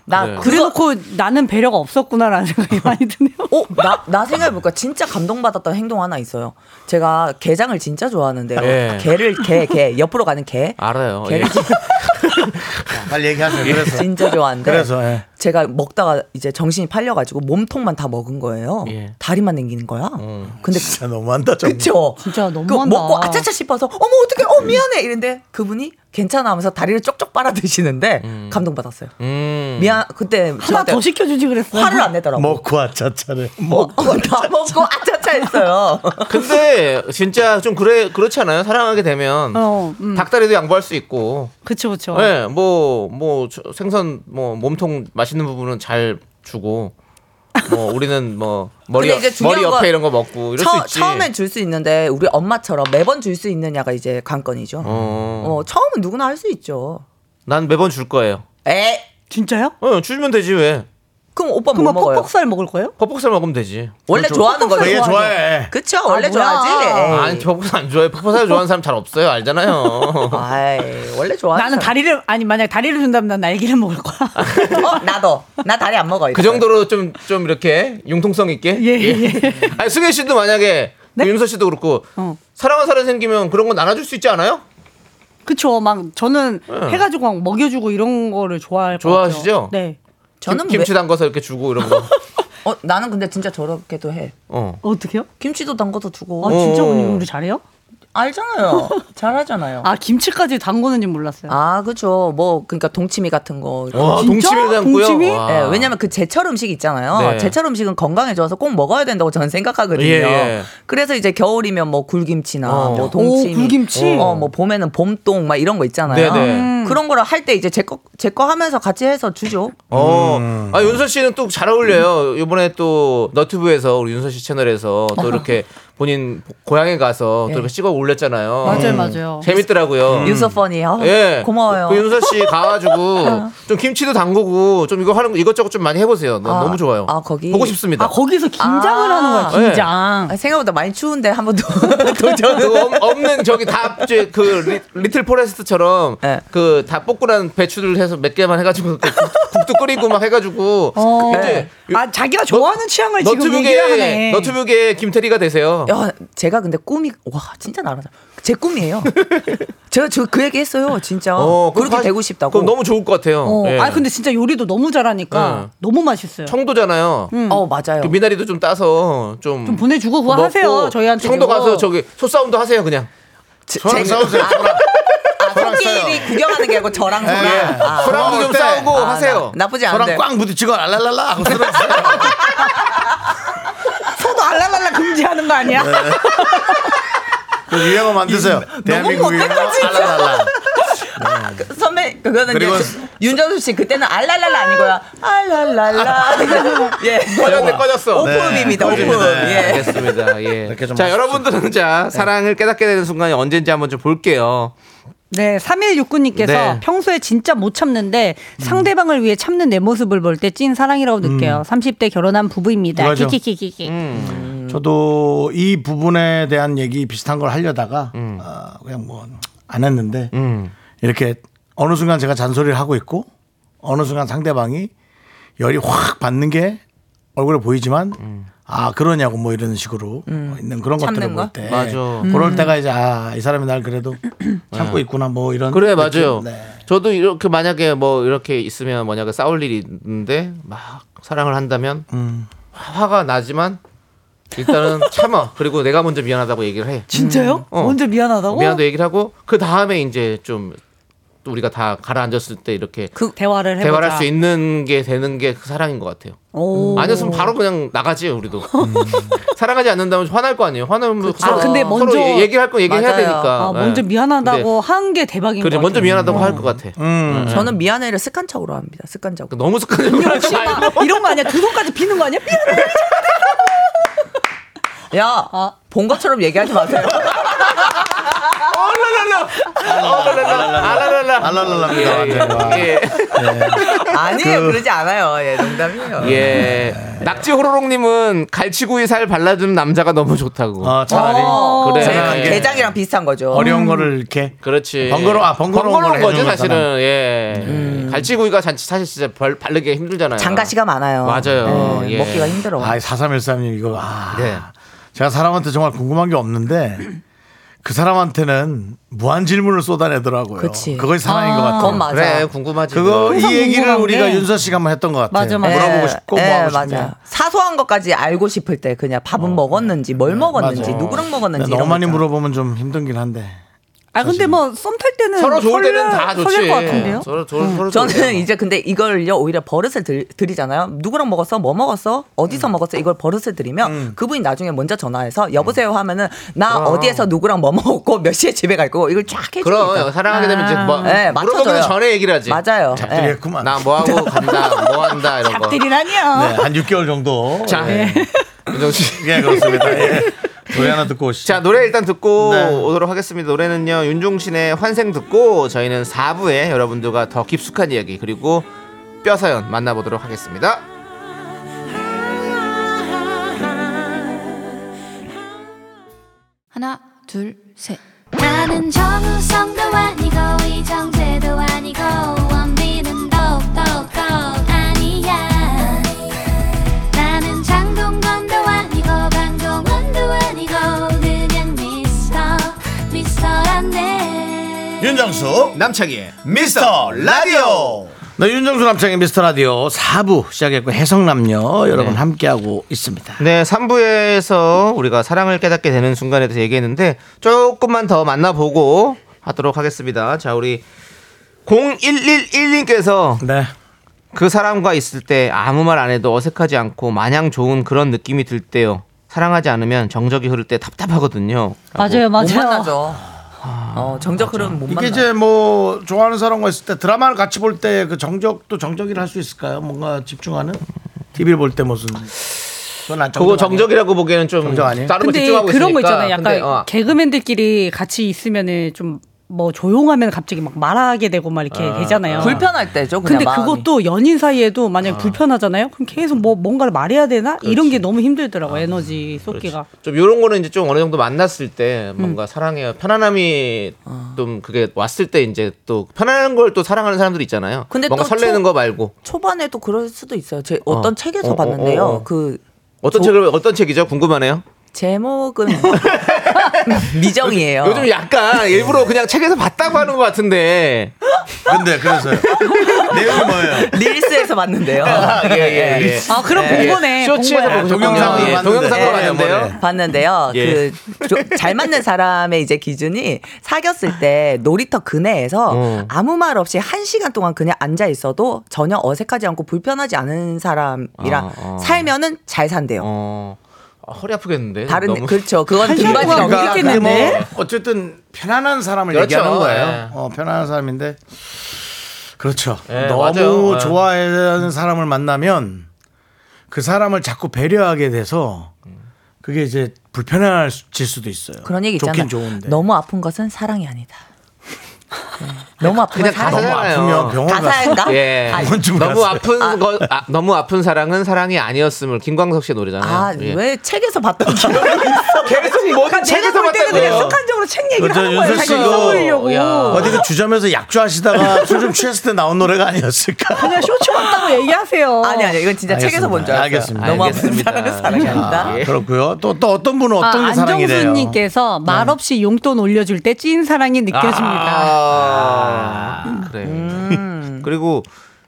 나
그래요.
그래
그래놓고 나는 배려가 없었구나라는 생각이 많이 드네요.
어, 나, 나 생각해보니까 진짜 감동받았던 행동 하나 있어요. 제가 게장을 진짜 좋아하는데요.
예.
개를, 개, 개. 옆으로 가는 개.
알아요. 예.
개를 진짜,
빨리 얘기하세요. 그래서.
진짜 좋아하는데.
그래서 예.
제가 먹다가 이제 정신이 팔려가지고 몸통만 다 먹은 거예요. 음.
예.
다리만 남기는 거야. 근데
진짜 너무한다 정말.
그쵸?
음. 진짜
그거
너무한다.
먹고 아차차 싶어서 어머 어떡해 어 미안해 이런데 그분이 괜찮아 하면서 다리를 쪽쪽 빨아 드시는데 감동받았어요.
음.
미안 그때
하나
저한테
더 시켜주지 그랬어.
화를 안 내더라고.
먹고 아차차를 먹고
어, 다 먹고 아차차 했어요.
뭐 근데 진짜 좀 그래 그렇지 않아요? 사랑하게 되면
어, 음.
닭다리도 양보할 수 있고,
그쵸 그쵸.
그렇죠. 네.
예, 뭐뭐 저- 생선 뭐 몸통 맛있는 부분은 잘 주고, 뭐 우리는 뭐 머리
근데 이제
옆- 머리
중요한
옆에
건
이런 거 먹고 이럴 수 있지.
처음엔 줄 수 있는데 우리 엄마처럼 매번 줄 수 있느냐가 이제 관건이죠. 어.
어,
처음은 누구나 할 수 있죠.
난 매번 줄 거예요.
에
진짜요?
어, 주면 되지 왜?
그럼 오빠 뭐
그럼 뭐
먹어요?
퍽퍽살 먹을 거예요?
퍽퍽살 먹으면 되지.
원래
그렇죠.
좋아하는 거죠.
되게 좋아해.
그쵸 원래
뭐야.
좋아하지.
아니 퍽퍽살 안 좋아해. 퍽퍽살 좋아하는 사람 잘 없어요. 알잖아요.
아이 원래 뭐 좋아하는
나는 다리를 아니 만약 다리를 준다면 난 날개를 먹을 거야.
사람. 어 나도 나 다리 안 먹어요.
그 정도로 좀 좀 이렇게 융통성 있게.
예, 예,
아니 승혜 씨도 만약에
네?
그 윤서 씨도 그렇고
어.
사랑한 사람 생기면 그런 거 나눠줄 수 있지 않아요?
그쵸. 막 저는
응.
해가지고 막 먹여주고 이런 거를 좋아할 것 같아요.
네. 좋아하시죠?
네.
저는
김, 김치 담가서 이렇게 주고 이런 거.
매- 어 나는 근데 진짜 저렇게도 해.
어.
어떻게요?
김치도 담궈서
아
주고.
어.
진짜 언니 요리 잘해요?
알잖아요. 잘하잖아요.
아 김치까지 담그는지 몰랐어요.
아 그죠. 뭐 그러니까 동치미 같은 거.
와,
진짜?
아, 동치미 담고요.
동치미?
와.
예, 왜냐면 그 제철 음식 있잖아요.
아. 네.
제철 음식은 건강에 좋아서 꼭 먹어야 된다고 저는 생각하거든요.
예, 예.
그래서 이제 겨울이면 뭐 굴김치나
어.
뭐 동치미,
오, 굴김치? 음.
어, 뭐 봄에는 봄동 막 이런 거 있잖아요.
네네.
그런 거를 할 때 이제 제거제거 하면서 같이 해서 주죠.
어.
음.
아 윤서 씨는 또 잘 어울려요. 이번에 또 너튜브에서 우리 윤서 씨 채널에서 또 이렇게 본인 고향에 가서 또
예.
이렇게 찍어 올렸잖아요.
맞아요,
음.
맞아요.
재밌더라고요.
유서 펀이요.
음.
아,
아,
예.
고마워요.
그 윤서 씨
어.
가가지고 좀 김치도 담그고 좀 이거 하는 거 이것저것 좀 많이 해보세요. 너-
아,
너무 좋아요.
아, 거기?
보고 싶습니다.
아 거기서 긴장을
아.
하는 거야
네.
긴장.
아, 생각보다 많이 추운데 한 번도
그 엄- 없는 저기 다그 리틀 포레스트처럼
네.
예.
그 다 뽀꾸란 배추를 해서 몇 개만 해가지고 그 국- 국도 끓이고 막 해가지고
어.
이제
아 자기가 좋아하는 취향을 지금 얘기를
너튜브계
하네.
너튜브계 김태리가 되세요.
야, 제가 근데 꿈이 와 진짜 나라다. 제 꿈이에요. 제가 저 그 얘기 했어요. 진짜
그럼
그렇게
하-
되고 싶다고.
그럼 너무 좋을 것 같아요.
어.
예.
아 근데 진짜 요리도 너무 잘하니까
응.
너무 맛있어요.
네. 청도잖아요.
어 맞아요.
그 미나리도 좀 따서 좀,
음. 좀 보내주고 그거
먹고
하세요 저희한테.
청도
그거.
가서 저기 소싸움도 하세요 그냥.
제-
저랑
제가-
싸우세요.
아,
저랑.
아,
저랑
사람끼리 구경하는 게 아니고 저랑
예,
저랑.
예. 소랑 구경 싸우고 하세요.
어, 네. 아, 나, 나쁘지 네. 않은데.
저랑 꽝 부딪히고 랄랄랄라 하고 쓰러
소도 알랄랄라 금지하는 거 아니야?
네.
유행어 그 만드세요. 대한민국 유행어
네. 못됐다, 진짜.
랄랄랄라.
그 선배 그거는
그리고
이제 윤정수 씨 그때는 알랄랄라 아니고요. 알랄랄라. 예.
꺼졌네, 꺼졌어. 네,
오픈입니다, 오픈. 예.
알겠습니다. 예.
좀
자,
하십시오.
여러분들은
네.
자, 사랑을 깨닫게 되는 순간이 언제인지 한번 좀 볼게요.
네, 3169님께서
네. 음.
평소에 진짜 못 참는데 상대방을 위해 참는 내 모습을 볼 때 찐 사랑이라고 느껴요. 30대 결혼한
음.
부부입니다.
맞아.
키키키키키.
음.
저도 이 부분에 대한 얘기 비슷한 걸 하려다가
음.
어, 그냥 뭐 안 했는데 이렇게 어느 순간 제가 잔소리를 하고 있고 어느 순간 상대방이 열이 확 받는 게 얼굴에 보이지만 아 그러냐고 뭐 이런 식으로 뭐 있는 그런 것들을
음.
볼
참는 거? 음.
때
맞아.
그럴 때가 이제 아 이 사람이 날 그래도
네.
참고 있구나 뭐 이런
그래
느낌.
맞아요.
네.
저도 이렇게 만약에 뭐 이렇게 있으면 만약에 싸울 일이 있는데 막 사랑을 한다면 화- 화가 나지만 일단은 참아. 그리고 내가 먼저 미안하다고 얘기를 해.
진짜요?
어.
먼저 미안하다고?
미안하다 얘기를 하고 그 다음에 이제 좀또 우리가 다 가라앉았을 때 이렇게
그 대화를 해보자.
대화할 수 있는 게 되는 게 그 사랑인 것 같아요.
오. 음.
아니었으면 바로 그냥 나가지 우리도 사랑하지 않는다면 화날 거 아니에요. 화나면
아,
서로,
근데
서로
먼저-
얘- 얘기할 건 얘기해야
맞아요.
되니까.
아, 먼저
네.
미안하다고 한 게 대박인
그래
것
먼저
같아요.
미안하다고 할 것 같아. 음.
음.
저는 미안해를 습관 척으로 합니다. 습관 척.
너무 습관적으로 하지
혹시
말고.
막 이런 거 아니야? 두 손까지 비는 거 아니야? 미안해.
야,
어.
본 것처럼 얘기하지 마세요.
어,
얼랄랄라. 어, 얼랄랄라. 알랄랄라.
알랄랄라입니다.
예,
네, 와.
예.
아니에요,
그-
그... 러지 않아요. 예, 농담이에요.
예. 낙지 호로록님은 갈치구이 살 발라주는 남자가 너무 좋다고.
어, 차라리
어.
아, 그래. 음.
제가
아, 이게
게장이랑 비슷한 거죠.
어려운 거를 이렇게
그렇지.
번거로워, 아, 번거로운 걸 해주는
거죠
거잖아.
사실은. 예.
음.
갈치구이가 잔- 사실 진짜 별 바르기 힘들잖아요.
음. 장가시가 많아요.
맞아요.
예,
예.
먹기가 힘들어.
아, 4313님 이거 아.
네.
제가 사람한테 정말 궁금한 게 없는데 그 사람한테는 무한 질문을 쏟아내더라고요.
그치.
것이 사랑인
아,
것 같아요.
그건 맞아.
그래 예, 궁금하지.
그거 이
항상
얘기를
궁금한
우리가
게-
윤서 씨가 한번 했던 것 같아요.
맞아, 맞아.
물어보고
예,
싶고
예,
뭐 하고 싶네.
맞아요. 사소한 것까지 알고 싶을 때 그냥 밥은 먹었는지 뭘 먹었는지
네, 맞아.
누구랑 먹었는지
네, 너무
이런
많이
거 있잖아.
물어보면 좀 힘들긴 한데.
아 근데 뭐 썸 탈 때는
서로 좋을
설레-
때는 다 좋지.
설렐 것 같은데요?
서로 좋을 서로 좋을
저는
때는.
이제 근데 이걸요 오히려 버릇을 들, 드리잖아요. 누구랑 먹었어? 뭐 먹었어?
음.
어디서 먹었어? 이걸 버릇을 드리면 그분이 나중에 먼저 전화해서
음.
여보세요 하면은 나
그럼.
어디에서 누구랑 뭐 먹었고 몇 시에 집에 갈 거고 이걸 쫙 해주니까.
그럼 사랑하게 되면 이제 뭐
네,
물어보기
맞춰줘요.
전에 얘기를 하지.
맞아요. 예.
잡들이겠구만.
나 뭐 하고 간다, 뭐 한다 이런 거. 네.
잡들이라니요.
네, 한 6개월 정도.
자,
예.
윤정 씨.
예, 그렇습니다. 예. 노래 하나 듣고 오시죠.
자 노래 일단 듣고
네.
오도록 하겠습니다. 노래는요 윤종신의 환생 듣고 저희는 4부에 여러분들과 더 깊숙한 이야기 그리고 뼈 사연 만나보도록 하겠습니다.
하나, 둘, 셋.
나는 정우성도 아니고 이정재도 아니고 원빈은 더욱더 아니야 나는 장동건도 아니고 강동원도 아니고 그냥 미스터 미스터란데
윤정수
남창희의
미스터 라디오
네, 윤정수 남창의 미스터 라디오 4부 시작했고 해성남녀 여러분 함께하고 있습니다.
네 3부에서 우리가 사랑을 깨닫게 되는 순간에 대해서 얘기했는데 조금만 더 만나보고 하도록 하겠습니다. 자 우리 0111님께서
네.
그 사람과 있을 때 아무 말 안 해도 어색하지 않고 마냥 좋은 그런 느낌이 들 때요. 사랑하지 않으면 정적이 흐를 때 답답하거든요.
맞아요,
뭐,
못
맞아요.
만나죠. 어, 정적 흐름 못
이게
만나.
이제 뭐 좋아하는 사람과 있을 때 드라마를 같이 볼 때 그 정적도 정적이라 할 수 있을까요? 뭔가 집중하는 TV를 볼 때 무슨 그건 안
그거
정적 아니에요?
정적이라고 보기에는 좀
정적 아니에요?
다른 거
근데
집중하고
그런
있으니까.
거 있잖아요. 약간
근데, 어,
개그맨들끼리 같이 있으면은 좀 뭐 조용하면 갑자기 막 말하게 되고 막 이렇게 되잖아요.
불편할 때죠. 그냥
근데
마음이.
그것도 연인 사이에도 만약 불편하잖아요. 그럼 계속 뭐 뭔가를 말해야 되나 이런 게 너무
아,
힘들더라고 요 에너지 쏟기가.
좀 이런 거는 이제 좀 어느 정도 만났을 때
음.
뭔가 사랑의 편안함이
어.
좀 그게 왔을 때 이제 또 편안한 걸 또 사랑하는 사람들이 있잖아요.
근데
뭔가
또
설레는
초-
거 말고
초반에도 그럴 수도 있어요. 제 어떤
어.
책에서
어, 어,
봤는데요.
어, 어.
그
어떤
저-
책을 어떤 책이죠? 궁금하네요.
제목은 미정이에요.
어. 요즘 약간 일부러 그냥 책에서 봤다고 하는 것 같은데
근데 그래서요. 내용이 뭐예요?
릴스에서 봤는데요.
아, 예, 예, 예.
아, 그럼
예,
본
예.
거네.
쇼츠에서 보고 아, 동영상으로 봤는데. 네.
동영상으로
네,
봤는데요.
봤는데요. 봤는데요.
예.
그잘 맞는 사람의 이제 기준이 사귀었을 때 놀이터 근해에서
음.
아무 말 없이 한 시간 동안 그냥 앉아 있어도 전혀 어색하지 않고 불편하지 않은 사람이랑
아, 아.
살면은 잘 산대요.
아, 허리 아프겠는데.
다른
너무.
그렇죠. 그건 등반이 너무
그러니까
힘들겠는데.
뭐 어쨌든 편안한 사람을
그렇죠.
얘기하는 거예요.
예.
어, 편안한 사람인데 그렇죠.
예,
너무
맞아요. 예.
좋아하는 사람을 만나면 그 사람을 자꾸 배려하게 돼서 그게 이제 불편해질 수도 있어요.
그런 얘기
좋긴
있잖아요.
좋은데.
너무 아픈 것은 사랑이 아니다. 네. 너무 아픈 건
그냥
사랑이
가사잖아요.
아니다.
아프면 병원 가서.
가사인가?
예.
아니,
너무 아픈 거, 아, 너무 아픈 사랑은 사랑이 아니었음을 김광석 씨의 노래잖아요.
아,
예.
왜 책에서 봤던 기억이 있어?
계속 모든 책에서
내가 볼 때는
봤다고요.
그냥 습관적으로 책
그렇죠.
얘기를 하는 거예요.
윤서
자기
씨도
써보려고.
어디 그 주점에서 약주 하시다가 술 좀 취했을 때 나온 노래가 아니었을까?
그냥 쇼츠 봤다고 얘기하세요.
아니 아니 이건 진짜 책에서 본 줄 알았어요.
알겠습니다.
너무 아픈
알겠습니다.
사랑은 사랑이 아니다.
아,
예.
그렇고요. 또 또 어떤 분은 어떤
아,
사랑이래요?
안정수님께서
네.
말없이 용돈 올려줄 때 찐 사랑이 느껴집니다.
아,
아, 그래.
음.
그리고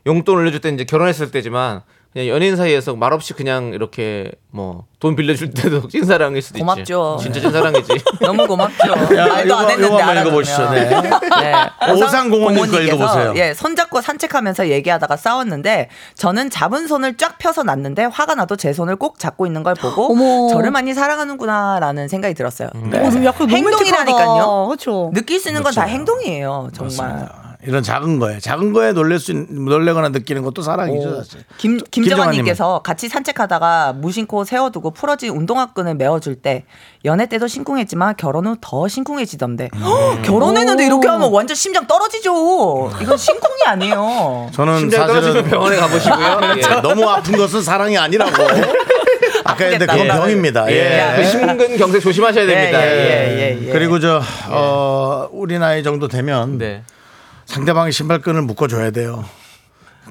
용돈 올려줄 때 이제 결혼했을 때지만 그냥 연인 사이에서 말없이 그냥 이렇게 뭐 돈 빌려줄 때도 찐사랑일 수도 있지.
고맙죠.
진짜 찐사랑이지.
너무 고맙죠.
야,
말도
이거-
안
이거
했는데
한번
알아.
읽어보시죠. 네. 오상공원님 거 읽어보세요.
예, 손잡고 산책하면서 얘기하다가 싸웠는데 저는 잡은 손을 쫙 펴서 놨는데 화가 나도 제 손을 꼭 잡고 있는 걸 보고
어머.
저를 많이 사랑하는구나라는 생각이 들었어요.
음.
어, 좀 약간
행동이라니까요.
그렇죠.
느낄 수 있는 건 다 행동이에요, 정말.
그렇습니다. 아, 이런 작은 거에 작은 거에 놀랄 수 있- 놀래거나 느끼는 것도 사랑이죠. 사실.
김
김정환님은?
김정환님께서 같이 산책하다가 무심코 세워두고 풀어진 운동화끈을 메어줄 때 연애 때도 심쿵했지만 결혼 후 더 심쿵해지던데
음. 네.
헉, 결혼했는데 이렇게 하면 완전 심장 떨어지죠. 이건 심쿵이 아니에요.
저는
심장 떨어지면
사실은
병원에 가보시고요.
예, 너무 아픈 것은 사랑이 아니라고. 아까 했는데 그건
아프겠다.
병입니다.
예.
예.
그 심근 경색 조심하셔야 됩니다.
예, 예, 예, 예.
그리고 저 어, 우리 나이 정도 되면
네.
상대방의 신발끈을 묶어줘야 돼요.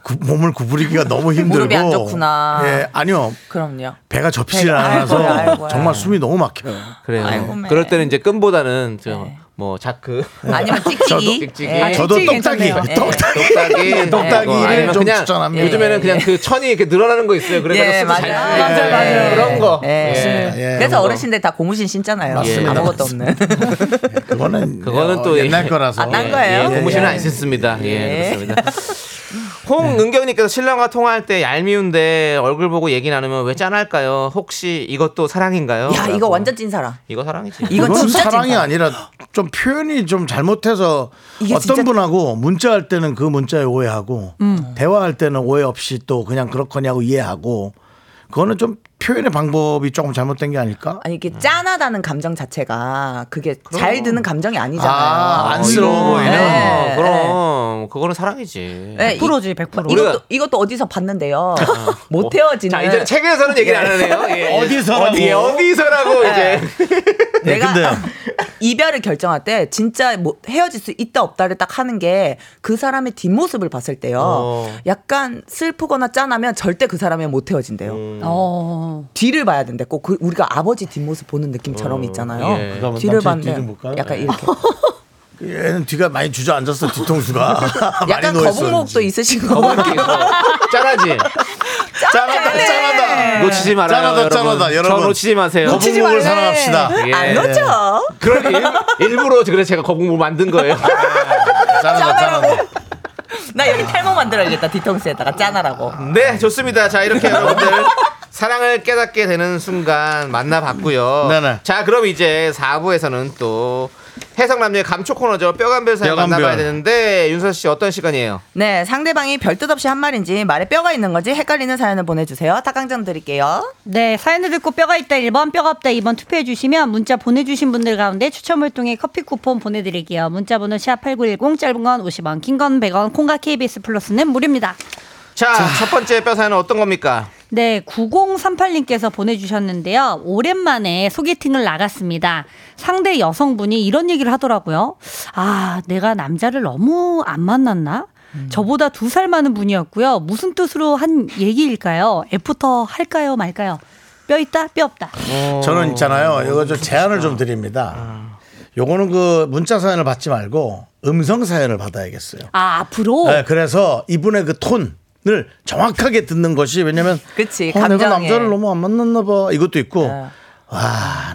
구- 몸을 구부리기가 너무 힘들고.
무릎이 안 좋구나.
예, 아니요.
그럼요.
배가 접히질
배가-
않아서
아이고야, 아이고야.
정말 숨이 너무 막혀요.
그래요.
아이고, 매. 네.
그럴 때는 이제 끈보다는 저뭐 자크.
네.
아니면 찍찍이.
저도-
예.
아, 저도
솔직히
똑딱이,
괜찮네요. 예.
똑딱이,
똑딱이,
똑딱이를
뭐 아니면
좀
그냥
추천합니다.
요즘에는
예,
그냥 그 천이 이렇게 늘어나는 거 있어요. 그래서
예,
쓰고 잘
맞아요.
쓰고
맞아요,
예,
맞아요.
그런 거.
예.
네. 예,
그래서
그거.
어르신들 다 고무신 신잖아요.
맞습니다.
아무것도 없는.
그거는
그거는
어,
또
옛날
예.
거라서.
아, 딴 거예요?
예,
예,
고무신은
예.
안 신습니다. 예,
예.
그렇습니다. 홍은경님께서 신랑과 통화할 때 얄미운데 얼굴 보고 얘기 나누면 왜 짠할까요? 혹시 이것도 사랑인가요?
야
라고.
이거 완전 찐 사랑.
이거 사랑이지.
이건
그건
진짜
사랑이
찐 사랑.
아니라 좀 표현이 좀 잘못해서
이게
어떤
진짜- 음.
분하고 문자할 때는 그 문자에 오해하고 대화할 때는 오해 없이 또 그냥 그렇거냐고 이해하고 그거는 좀 표현의 방법이 조금 잘못된 게 아닐까?
아니 이게 짠하다는 감정 자체가 그게 잘 드는 감정이 아니잖아요.
아, 안쓰러워 보이는?
네,
어, 그럼 그거는 사랑이지.
네,
100%지 100%.
예. 우리가- 뭐.
이것도 이것도 어디서 봤는데요. 못 헤어지는.
자 이제 는 책에서는 얘기를 안 하네요. 예.
어디서라고?
어디,
예.
어디서라고 이제.
내가
근데요.
이별을 결정할 때 진짜 뭐 헤어질 수 있다 없다를 딱 하는 게 그 사람의 뒷모습을 봤을 때요.
어.
약간 슬프거나 짠하면 절대 그 사람이 못 헤어진대요.
음.
어.
뒤를 봐야 된대. 꼭 그 우리가 아버지 뒷모습 보는 느낌처럼 있잖아요.
예.
그거 한번
뒤를
남친 뒤
봤는데
좀 볼까요?
약간
예.
이렇게
얘는 뒤가 많이 주저앉았어 뒤통수가 많이
약간
놓였어.
거북목도 있으신 거 같아요.
거북목이 있고. 짠하지.
짠하다
예.
짠하다
놓치지 말아요.
짠하다 짠하다 여러분
저 놓치지 마세요.
거북목을 사랑합시다.
예.
안 놓죠?
그런 일, 일부러 그래서 제가 거북목 만든 거예요.
짠하다 짠하다.
나 여기 탈모 만들어야겠다 뒤통수에다가 짠하라고.
네, 좋습니다. 자, 이렇게 여러분들 사랑을 깨닫게 되는 순간 만나봤고요.
네네.
자, 그럼 이제 4부에서는 또 해성남녀의 감초 코너죠. 뼈간별 사연
뼈간별.
만나봐야 되는데 윤서 씨 어떤 시간이에요?
네, 상대방이 별뜻 없이 한 말인지 말에 뼈가 있는 건지 헷갈리는 사연을 보내주세요. 닭강정 드릴게요.
네, 사연을 듣고 뼈가 있다 1번, 뼈가 없다 2번 투표해 주시면 문자 보내 주신 분들 가운데 추첨을 통해 커피 쿠폰 보내 드릴게요. 문자 번호 샵8910 짧은 건 50원, 긴 건 100원, 콩과 KBS 플러스는 무료입니다.
자, 첫 번째 뼈 사연은 어떤 겁니까?
네, 9038님께서 보내주셨는데요. 오랜만에 소개팅을 나갔습니다. 상대 여성분이 이런 얘기를 하더라고요. 아, 내가 남자를 너무 안 만났나?
음.
저보다 두 살 많은 분이었고요. 무슨 뜻으로 한 얘기일까요? 애프터 할까요, 말까요? 뼈 있다, 뼈 없다.
저는 있잖아요 이거 좀 제안을 좀 드립니다 요거는 그 문자 사연을 받지 말고 음성 사연을 받아야겠어요.
아 앞으로
네, 그래서 이분의 그 톤을 정확하게 듣는 것이 왜냐면
그치
어,
감정에 어.
내가 남자를 너무 안 만났나 봐 이것도 있고 와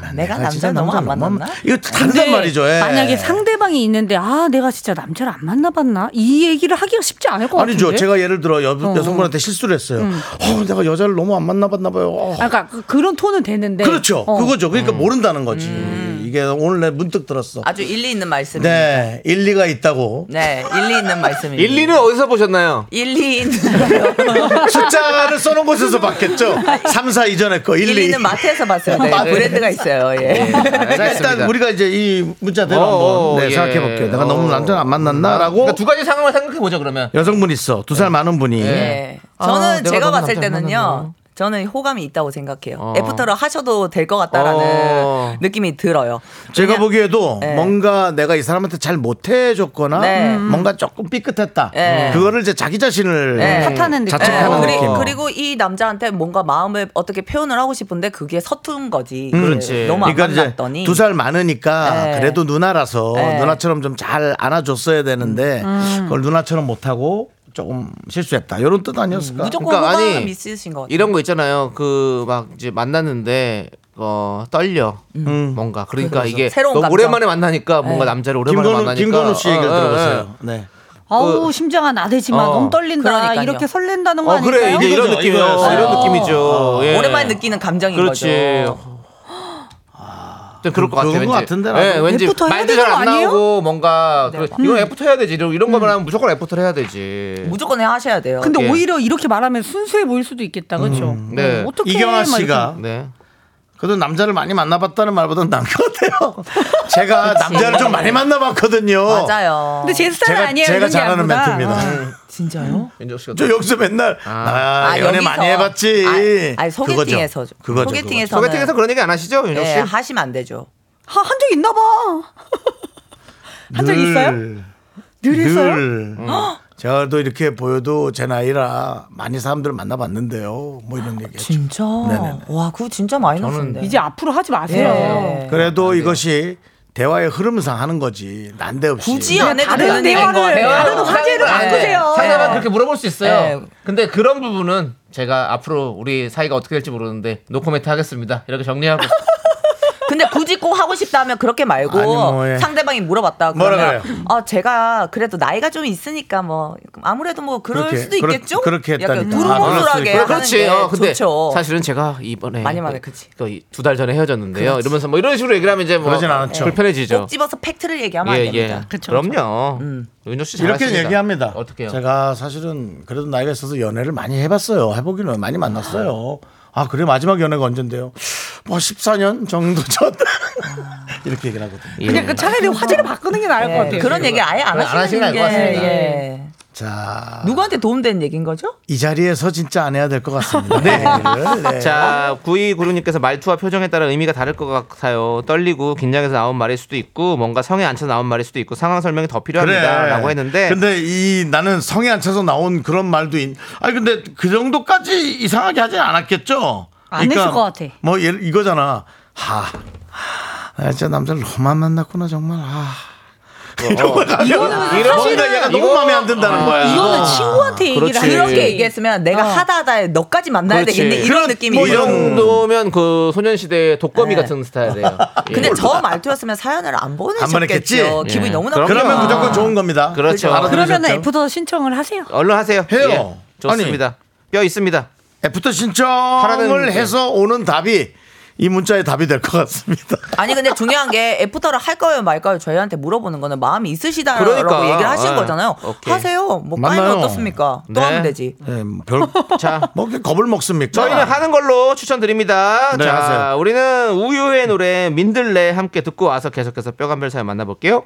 나
내가
내가 진짜
남자를 너무 안
남자를
만났나?
이거 단단
근데
말이죠. 예.
만약에 상대방이 있는데 아 내가 진짜 남자를 안 만나봤나 이 얘기를 하기가 쉽지 않을 것 같은데.
아니죠. 제가 예를 들어 여,
어.
성분한테 실수를 했어요.
음.
어, 내가 여자를 너무 안 만나봤나 봐요. 어.
아, 그러니까 그- 그런 톤은
네.
되는데.
그렇죠.
어.
그거죠. 그러니까 모른다는 거지. 이게 오늘 내 문득 들었어.
음. 아주 일리 있는 말씀입니다. 네,
네, 일리가 있다고.
일리 있는 말씀입니다.
일리는 어디서 보셨나요?
일리 있는
숫자를 써놓은 곳에서 봤겠죠. 3, 4 이전에 거 1, 2.
일리는 마트에서 봤어요. 네,
마트.
브랜드가 있어요.
네.
예.
자, 네, 일단 우리가 이제 이 문자대로 한번 네, 생각해볼게요. 내가 너무 남자를 안 만났나라고 네.
그러니까 두 가지 상황을 생각해 보죠 그러면.
여성분 있어. 두 살 많은 분이.
예.
아,
저는
내가
제가
너무
봤을
남자를 만났나?
때는요. 저는 호감이 있다고 생각해요. 애프터를 하셔도 될 것 같다라는
어.
느낌이 들어요.
제가
왜냐-
보기에도
네.
뭔가 내가 이 사람한테 잘 못해줬거나
네.
뭔가 조금 삐끗했다.
네.
그거를 이제 자기 자신을
예.
탓하는
예.
자책하는
그리-
느낌.
그리고 이 남자한테 뭔가 마음을 어떻게 표현을 하고 싶은데 그게 서툰 거지.
음.
예. 너무 안 만났더니.
두 살 많으니까
네.
그래도 누나라서
네.
누나처럼 좀 잘 안아줬어야 되는데
음.
그걸 누나처럼 못하고 조금 실수했다. 이런 뜻 아니었을까?
무조건 호감 있으신 것 같아요.
이런 거 있잖아요. 그 막 이제 만났는데 어 떨려
음.
뭔가 그러니까
그렇죠, 그래서
이게
새로운
너무
감정. 네.
오랜만에 만나니까 뭔가 남자를 오랜만에
김건우-
만나니까
김건우 씨 얘기를
어, 어,
들어보세요.
어.
네.
아우
그-
심장아 나대지만
어.
너무 떨린다.
그러니까요.
이렇게 설렌다는 거
어
아닐까요?
그래 이제 이런
이거죠,
느낌이요.
이거였어요.
이런
어.
느낌이죠. 예.
오랜만에 느끼는 감정인
그렇지.
거죠.
좀 그럴 것 같아요.
그런 것
왠지.
같은데,
예,
나도.
왠지
애프터 해야
말도
되는
잘 안
거 아니에요?
나오고 뭔가 그래,
음.
이건 애프터 해야 되지. 이런 이런 거면 무조건 애프터를 해야 되지.
무조건 하셔야 돼요.
근데
예.
오히려 이렇게 말하면 순수해 보일 수도 있겠다. 그렇죠?
네.
어떻게
음, 이경아 씨가 그래도 남자를 많이 만나봤다는 말보다는 남인 것 같아요. 제가
그치.
남자를 좀 많이 만나봤거든요.
예. 맞아요.
어. 근데 제 스타일
제가,
아니에요.
제가
이런 게
잘하는
아니구나. 어.
멘트입니다. 음.
진짜요?
저 여기서 맨날 아, 연애
여기서.
많이 해봤지.
아, 아니, 소개팅에서
그거죠. 그거죠. 그거죠.
소개팅에서
소개팅에서
그렇죠.
그런 얘기 안 하시죠, 윤정 씨?
예, 하시면 안 되죠.
하- 한적 있나 봐. 한 적 있어요?
늘,
늘 있어요?
늘. 제가 또 이렇게 보여도 제 나이라 많이 사람들을 만나봤는데요. 뭐 이런 얘기.
진짜.
네네네.
와, 그거 진짜 마이너스인데.
이제 앞으로 하지 마세요.
예.
그래도 이것이 대화의 흐름상 하는 거지 난데없이
굳이 안 해도
다른
되는 얘기인 것
대화를,
같아요.
다른 화제를
네.
바꾸세요.
상대방 네. 그렇게 물어볼 수 있어요.
네.
근데 그런 부분은 제가 앞으로 우리 사이가 어떻게 될지 모르는데 노코멘트 하겠습니다. 이렇게 정리하고
근데 굳이 꼭 하고 싶다면 그렇게 말고
아니, 뭐, 예.
상대방이 물어봤다
뭐라
그러면
그래요?
아 제가 그래도 나이가 좀 있으니까 뭐 아무래도 뭐 그럴
그렇게,
수도
그렇-
있겠죠.
그렇게 했다니까.
약간
아, 그럴 수도
두루뭉술하게
있고.
하는
그렇지.
게
어, 근데
좋죠.
사실은 제가 이번에
많이 많아, 그치.
두달 전에 헤어졌는데요. 이러면서 뭐 이런 식으로 얘기를 하면 이제 뭐
그러진 않았죠.
불편해지죠.
꼭 집어서 팩트를 얘기하면 안 됩니다. 음.
그럼요 윤정 씨
이렇게
잘하십니다.
얘기합니다.
어떻게요?
제가 사실은 그래도 나이가 있어서 연애를 많이 해봤어요. 해보기는 많이 만났어요. 아 그래 마지막 연애가 언젠데요? 뭐 14년 정도 전 이렇게 얘기를 하거든요.
예.
그러니까 차라리
음.
화제를 바꾸는 게 나을 것 같아요.
예, 그런 얘기 아예 안
그건 안
하시는
하시는
게
게 나을 것 같습니다.
예.
자,
누구한테 도움되는 얘기인 거죠?
이 자리에서 진짜 안 해야 될 것 같습니다. 네. 네.
자, 구이 구루님께서 말투와 표정에 따라 의미가 다를 것 같아요. 떨리고 긴장해서 나온 말일 수도 있고 뭔가 성에 안 차서 나온 말일 수도 있고 상황 설명이 더 필요합니다라고 했는데
근데 이 나는 성에 안 차서 나온 그런 말도 있. 아니 근데 그 정도까지 이상하게 하진 않았겠죠.
안 했을 것 같아.
뭐 예를- 이거잖아. 하. 하, 나 진짜 남자를 너무 안 만났구나 정말. 아.
어,
이런 거 가지고
이런
뭔가
거는
얘가 너무
이거-
마음에 안 든다는 거야. 어.
이거는 친구한테 얘기를
그렇지.
하는
그렇게
거지.
얘기했으면 내가 하다 하다에 너까지 만나야
그렇지.
되겠네 이런 느낌이
뭐
이
있죠.
이런-
정도면 그 소년시대 독거미
네.
같은 스타일이에요. 예.
근데 저 말투였으면 사연을 안 보내셨겠죠.
보냈겠지?
기분이
예.
너무나
그러면
그러면
불편하다.
무조건 좋은 겁니다.
그렇죠.
예.
그러면
알아들으셨죠?
애프터 신청을 하세요.
얼른 하세요.
해요.
예. 좋습니다. 뼈 있습니다.
애프터 신청을
하라는-
해서 오는 답이 이 문자의 답이 될 것 같습니다.
아니 근데 중요한 게 애프터를 할 거예요 말까요 저희한테 물어보는 거는 마음이 있으시다라고
그러니까.
얘기를 하신
아,
거잖아요
오케이.
하세요 뭐 까이면
맞나요?
어떻습니까
네.
또 하면 되지
네, 별,
자,
뭐 이렇게 겁을 먹습니까?
저희는 하는 걸로 추천드립니다.
네,
자,
하세요.
우리는 우유의 노래 민들레 함께 듣고 와서 계속해서 뼈간별 사연 만나볼게요.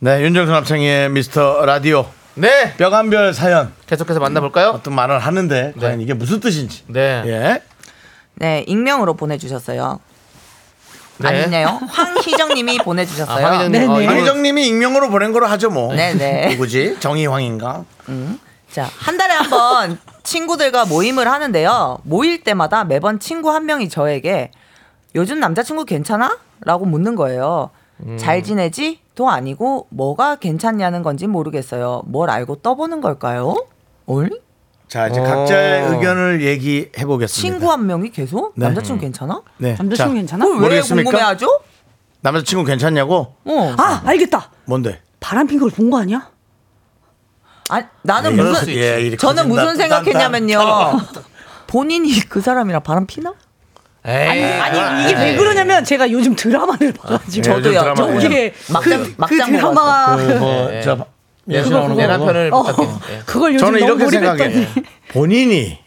네, 윤정수 남창의 미스터 라디오
네,
뼈간별 사연
계속해서 만나볼까요?
어떤 말을 하는데 과연 이게 무슨 뜻인지.
네.
예.
네 익명으로 보내주셨어요
네.
아니네요 황희정님이 보내주셨어요
아, 황희정 님. 어, 이거-
황희정님이 익명으로 보낸 거로 하죠 뭐.
네네.
누구지? 정희황인가?
자 한 달에 한 번 친구들과 모임을 하는데요 모일 때마다 매번 친구 한 명이 저에게 요즘 남자친구 괜찮아? 라고 묻는 거예요
음.
잘 지내지도 아니고 뭐가 괜찮냐는 건지 모르겠어요. 뭘 알고 떠보는 걸까요? 올?
자 이제 각자의 의견을 얘기해 보겠습니다.
어. 친구 한 명이 계속
네.
남자친구 괜찮아?
네. 자,
그걸 왜
모르겠습니까?
궁금해하죠?
남자친구 괜찮냐고?
어.
아 알겠다.
뭔데?
바람 핀 걸 본 거 아니야?
아, 나는
예, 이럴
무슨
수 있지. 예, 이렇게
저는
하지.
무슨
나-
생각했냐면요.
나-
본인이 그 사람이랑 바람 피나?
아니, 아니 이게
예.
왜
에이.
그러냐면 제가 요즘 드라마를
아,
봐가지고
저도요. 요즘 드라마
저게
그냥 막장-
그, 그
막장
드라마
그 뭐,
예.
저,
예,
예술
그거,
나오는
그거.
거.
예나편을
어,
부탁해.
그걸 요즘
저는
너무
이렇게
몰입했더니 뭐?
생각해요. 본인이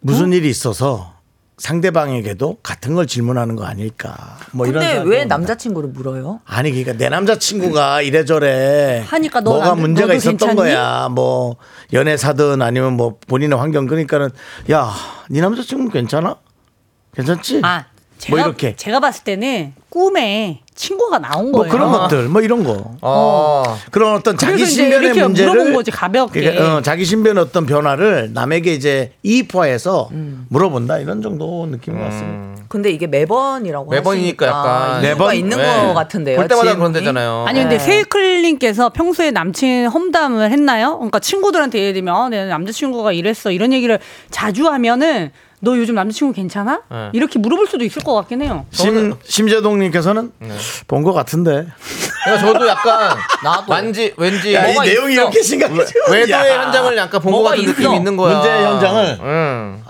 무슨 일이 있어서 상대방에게도 같은 걸 질문하는 거 아닐까. 뭐 이런
근데
생각이
왜
듭니다.
남자친구를 물어요?
아니 그러니까 내 남자친구가 이래저래
하니까 넌
뭐가
안-
문제가
너도
있었던
괜찮니?
거야 뭐 연애사든 아니면 뭐 본인의 환경 그러니까는 야 네 남자친구 는 괜찮아 괜찮지
아 제가
뭐 이렇게
제가 봤을 때는 꿈에 친구가 나온
뭐
거예요. 어.
그런 것들 뭐 이런 거
어.
그런 어떤 자기
그래서 이제
신변의
이렇게 물어본
문제를
거지, 가볍게.
그러니까, 어, 자기 신변의 어떤 변화를 남에게 이제 이입화해서
음.
물어본다 이런 정도 느낌인 것 같습니다
근데 이게 매번이라고
매번이니까
하시니까
약간
어, 아, 이유가 있는
예.
거 같은데요.
볼 때마다
지인이?
그런데잖아요. 네.
아니 근데 세이클님께서 평소에 남친 험담을 했나요? 그러니까 친구들한테 예를 들면 어, 내 남자친구가 이랬어 이런 얘기를 자주 하면은 너 요즘 남자친구 괜찮아?
네.
이렇게 물어볼 수도 있을 것 같긴 해요.
심, 심재동님께서는 본 것 같은데
그러니까 저도 약간 왠지 왠지
야, 이
뭐가
내용이
있어.
이렇게 심각해져.
외- 외도의
야.
한 장을 약간 본 것
뭐가
같은
있어.
느낌이 있는 거야.
문제의 현장을?
응.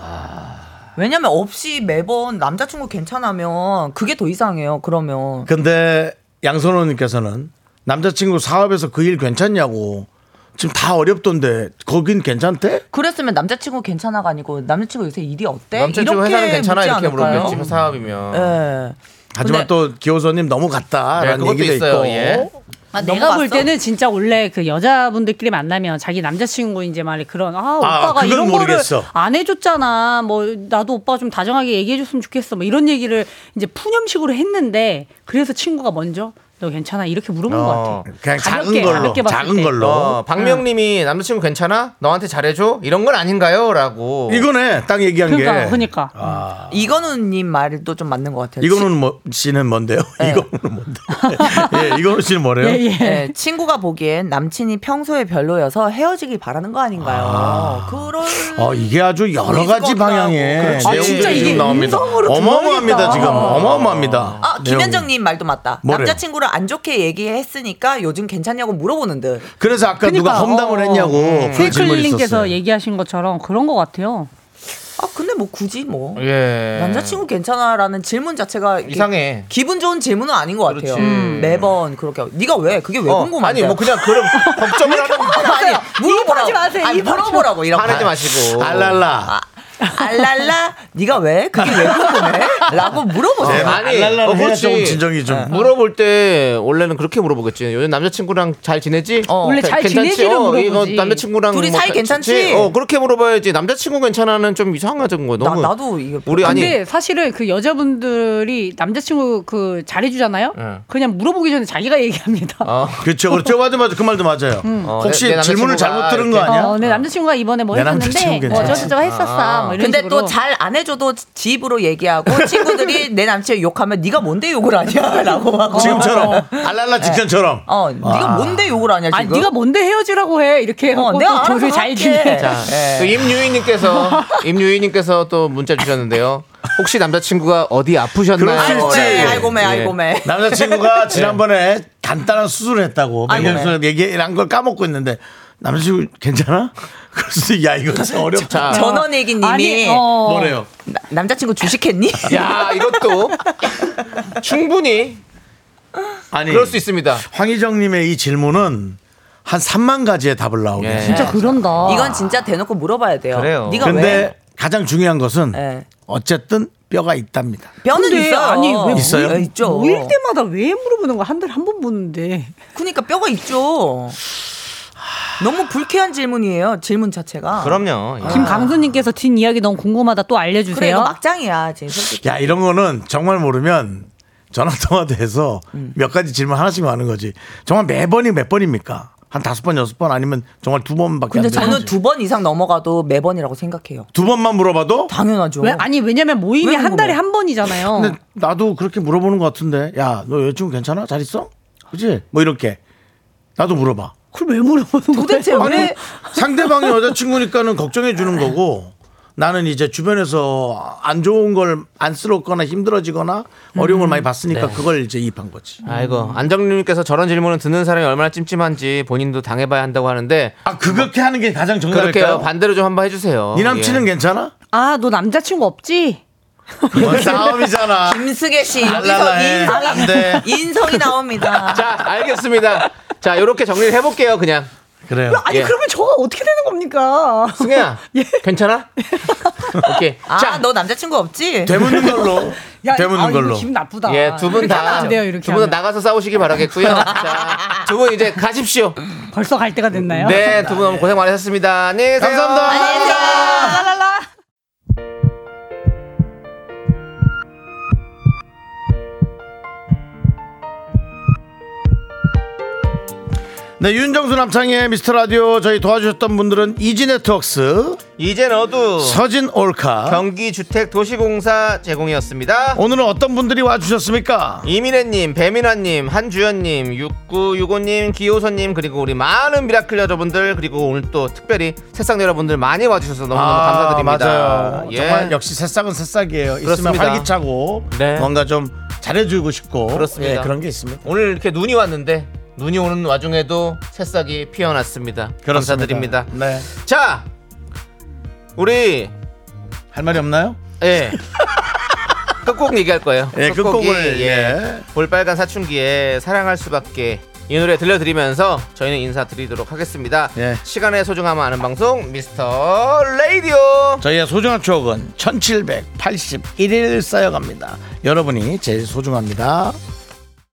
왜냐면 없이 매번 남자친구 괜찮으면 그게 더 이상해요. 그러면
근데 양선호님께서는 남자친구 사업에서 그 일 괜찮냐고 지금 다 어렵던데 거긴 괜찮대?
그랬으면 남자친구 괜찮아가 아니고 남자친구 요새 일이 어때?
남친구 회사는 괜찮아
묻지
이렇게
않을까요?
물어보겠지 뭐. 회 사업이면.
예.
하지만
근데-
또 기호선님 너무
네,
같다라는
그것도
얘기도
있어요.
있고
예.
아, 내가 볼 때는 진짜 원래 그 여자분들끼리 만나면 자기 남자친구 이제 말이 그런 아 오빠가
그건
이런
모르겠어.
거를 안 해줬잖아 뭐 나도 오빠 좀 다정하게 얘기해줬으면 좋겠어 뭐 이런 얘기를 이제 푸념식으로 했는데 그래서 친구가 먼저 너 괜찮아 이렇게 물어본 것
어.
같아
그냥 작은
가볍게,
걸로,
가볍게 봤을
작은
때.
걸로.
음.
어, 박명님이 남자친구 괜찮아? 너한테 잘해줘? 이런 건 아닌가요?라고.
이거네 딱 얘기한
그러니까
게 아,
그러니까
이건우님 말도 좀 맞는 것 같아요.
이거는 뭐 씨는 뭔데요? 이거는 뭔데? 예, 이거는 씨는 뭐래요?
예, 친구가 보기엔 남친이 평소에 별로여서 헤어지길 바라는 거 아닌가요? 그럴
어 이게 아주 여러 가지 방향에
그렇지. 아,
내용들이
진짜
지금
이게
나옵니다.
음성으로
어마어마합니다
들어가니까.
지금 어마어마합니다.
아,
내용이.
김현정님 말도 맞다.
뭐래요?
남자친구를 안 좋게 얘기했으니까 요즘 괜찮냐고 물어보는 듯.
그래서 아까 누가 험담을 했냐고 그런 질문 있었어요.
세이클님께서 얘기하신 것처럼 그런 것 같아요.
아, 근데 뭐 굳이 뭐.
예.
남자친구 괜찮아라는 질문 자체가 이게
이상해.
기분 좋은 질문은 아닌 것 같아요. 음. 매번 그렇게 하고. 네가 왜? 그게 왜
어,
궁금한데?
아니 뭐 그냥 그런 걱정을 하는 거
아니, 물어보라고.
입하지 마세요,
아니,
입하지
물어보라고 이렇게.
화내지 마시고.
알랄라.
알랄라, 네가 왜? 그게 왜 궁금해?라고 물어보세요.
네,
아니,
알랄라를
어,
해야
그렇지.
조금 진정이
네.
좀.
물어볼 때 원래는 그렇게 물어보겠지. 요즘 남자친구랑 잘 지내지?
어.
원래 잘 지내지를 물어보지.
이거 남자친구랑 뭐
둘이 사이
잘
괜찮지?
지내지? 어 그렇게 물어봐야지. 남자친구 괜찮아는 좀 이상하던 거
나,
너무.
나도 이게
우리 아니.
근데 사실은 그 여자분들이 남자친구 그 잘해주잖아요.
네.
예.
그냥 물어보기 전에 자기가 얘기합니다.
어.
그렇죠, 그렇죠. 맞아, 맞아. 그 말도 맞아요.
어,
혹시
내- 내
질문을
남자친구가
잘못 들은 거
이렇게-
아니야?
어, 내 남자친구가 이번에 뭐
내
했었는데
남자친구
뭐
괜찮지? 아.
저저저 했었어. 뭐 이런
근데
식으로.
또 잘 안 해줘도 집으로 얘기하고 친구들이 내 남친 욕하면 네가 뭔데 욕을 하냐라고
어.
하고
지금처럼 알랄라
네.
직전처럼.
어 네가 뭔데 욕을 하냐 지금
아니 네가 뭔데 헤어지라고 해 이렇게 해갖고
어,
또
내가
둘을
알아서
잘
할게.
지내.
자, 예.
또그 임유희님께서 임유희님께서 또 문자 주셨는데요. 혹시 남자친구가 어디 아프셨나요?
그럴 수
아이고
있지.
매 아이고 매
예.
아이고 매
남자친구가
네.
지난번에 간단한 수술을 했다고
아이고,
백현수 얘기한 걸 까먹고 있는데 남자친구 괜찮아? 그래서 야 이거 진짜 어렵다.
자,
전원일기님이
아니, 어.
뭐래요?
나- 남자친구 주식했니?
네. 야 이것도 충분히
아니
그럴 수 있습니다.
황희정님의 이 질문은 한 3만 가지의 답을 나오게.
예.
해요.
진짜 그런다.
이건 진짜 대놓고 물어봐야 돼요.
그래요.
네가 왜?
근데 가장 중요한 것은
네.
어쨌든 뼈가 있답니다.
뼈는
근데
있어.
아니 왜
있어요?
모일-
있죠.
모일 때마다 왜 물어보는 거야? 한 달에 한 번 보는데.
그러니까 뼈가 있죠. 너무 불쾌한 질문이에요. 질문 자체가.
그럼요. 예.
아. 김강수님께서 뒷 이야기 너무 궁금하다. 또 알려주세요.
그래 이거 막장이야 지금 솔직히.
야 이런 거는 정말 모르면 전화 통화도 해서 몇 가지 질문 하나씩 하는 거지. 정말 매번이 몇 번입니까? 한 다섯 번 여섯 번 아니면 정말 두 번밖에 안
근데
되는
저는
거지.
두 번 이상 넘어가도 매번이라고 생각해요.
두 번만 물어봐도
당연하죠.
왜 아니 왜냐면 모임이
왜
한 달에
궁금해?
한 번이잖아요.
근데 나도 그렇게 물어보는 것 같은데 야 너 여자친구 괜찮아? 잘 있어? 그지? 뭐 이렇게 나도 물어봐.
그걸 왜 물어보는 거예요?
도대체
아니 상대방이 여자친구니까는 걱정해 주는 거고 나는 이제 주변에서 안 좋은 걸 안쓰럽거나 힘들어지거나 어려움을 많이 봤으니까
네.
그걸 이제 이입한 거지.
아이고 안정님께서 저런 질문을 듣는 사람이 얼마나 찜찜한지 본인도 당해봐야 한다고 하는데
아 그렇게 하는 게 가장
그렇게요
정답일까요?
반대로 좀 한번 해주세요.
네 남친은
예.
괜찮아?
아, 너 남자친구 없지?
그건 어, 싸움이잖아.
김승혜 씨 여기서
알랄라해. 안 돼.
인성이 인성이 나옵니다.
자 알겠습니다. 자 이렇게 정리를 해볼게요 그냥
그래요.
아니,
예.
그러면 저가 어떻게 되는 겁니까?
승혜야 괜찮아? 오케이
아 너 남자친구 없지?
되묻는 걸로.
야,
되묻는
아, 이거
걸로.
기분 나쁘다.
예, 두 분
이렇게 하면
다,
안 돼요, 이렇게.
두 분 다
하면.
나가서 싸우시기 바라겠고요. 자, 두 분 이제 가십시오.
벌써 갈 때가 됐나요?
네, 두 분 너무 고생 많으셨습니다. 안녕히 계세요.
감사합니다.
안녕히 계세요.
라라라.
네 윤정수 남창의 미스터 라디오 저희 도와주셨던 분들은 이지 네트웍스,
이제 너도
서진 올카.
경기주택도시공사 제공이었습니다.
오늘은 어떤 분들이 와주셨습니까?
이민혜님, 배민아님, 한주연님, 6965님, 기호선님, 그리고 우리 많은 미라클 여러분들, 그리고 오늘 또 특별히 새싹 여러분들 많이 와주셔서 어, 너무너무 감사드립니다.
아, 맞아요.
예.
정말 역시 새싹은 새싹이에요. 있으면
그렇습니다.
활기차고
네.
뭔가 좀 잘해주고 싶고
그렇습니다.
예, 그런 게 있습니다.
오늘 이렇게 눈이 왔는데, 눈이 오는 와중에도 새싹이 피어났습니다. 감사드립니다.
네.
자, 우리
할 말이 없나요?
예. 끝곡 얘기할 거예요.
예,
끝곡이,
끝곡을,
예.
예.
볼빨간 사춘기에 사랑할 수밖에 이 노래 들려드리면서 저희는 인사드리도록 하겠습니다.
예.
시간의 소중함 아는 방송 미스터 레이디오.
저희의 소중한 추억은 1781일 쌓여갑니다. 여러분이 제일 소중합니다.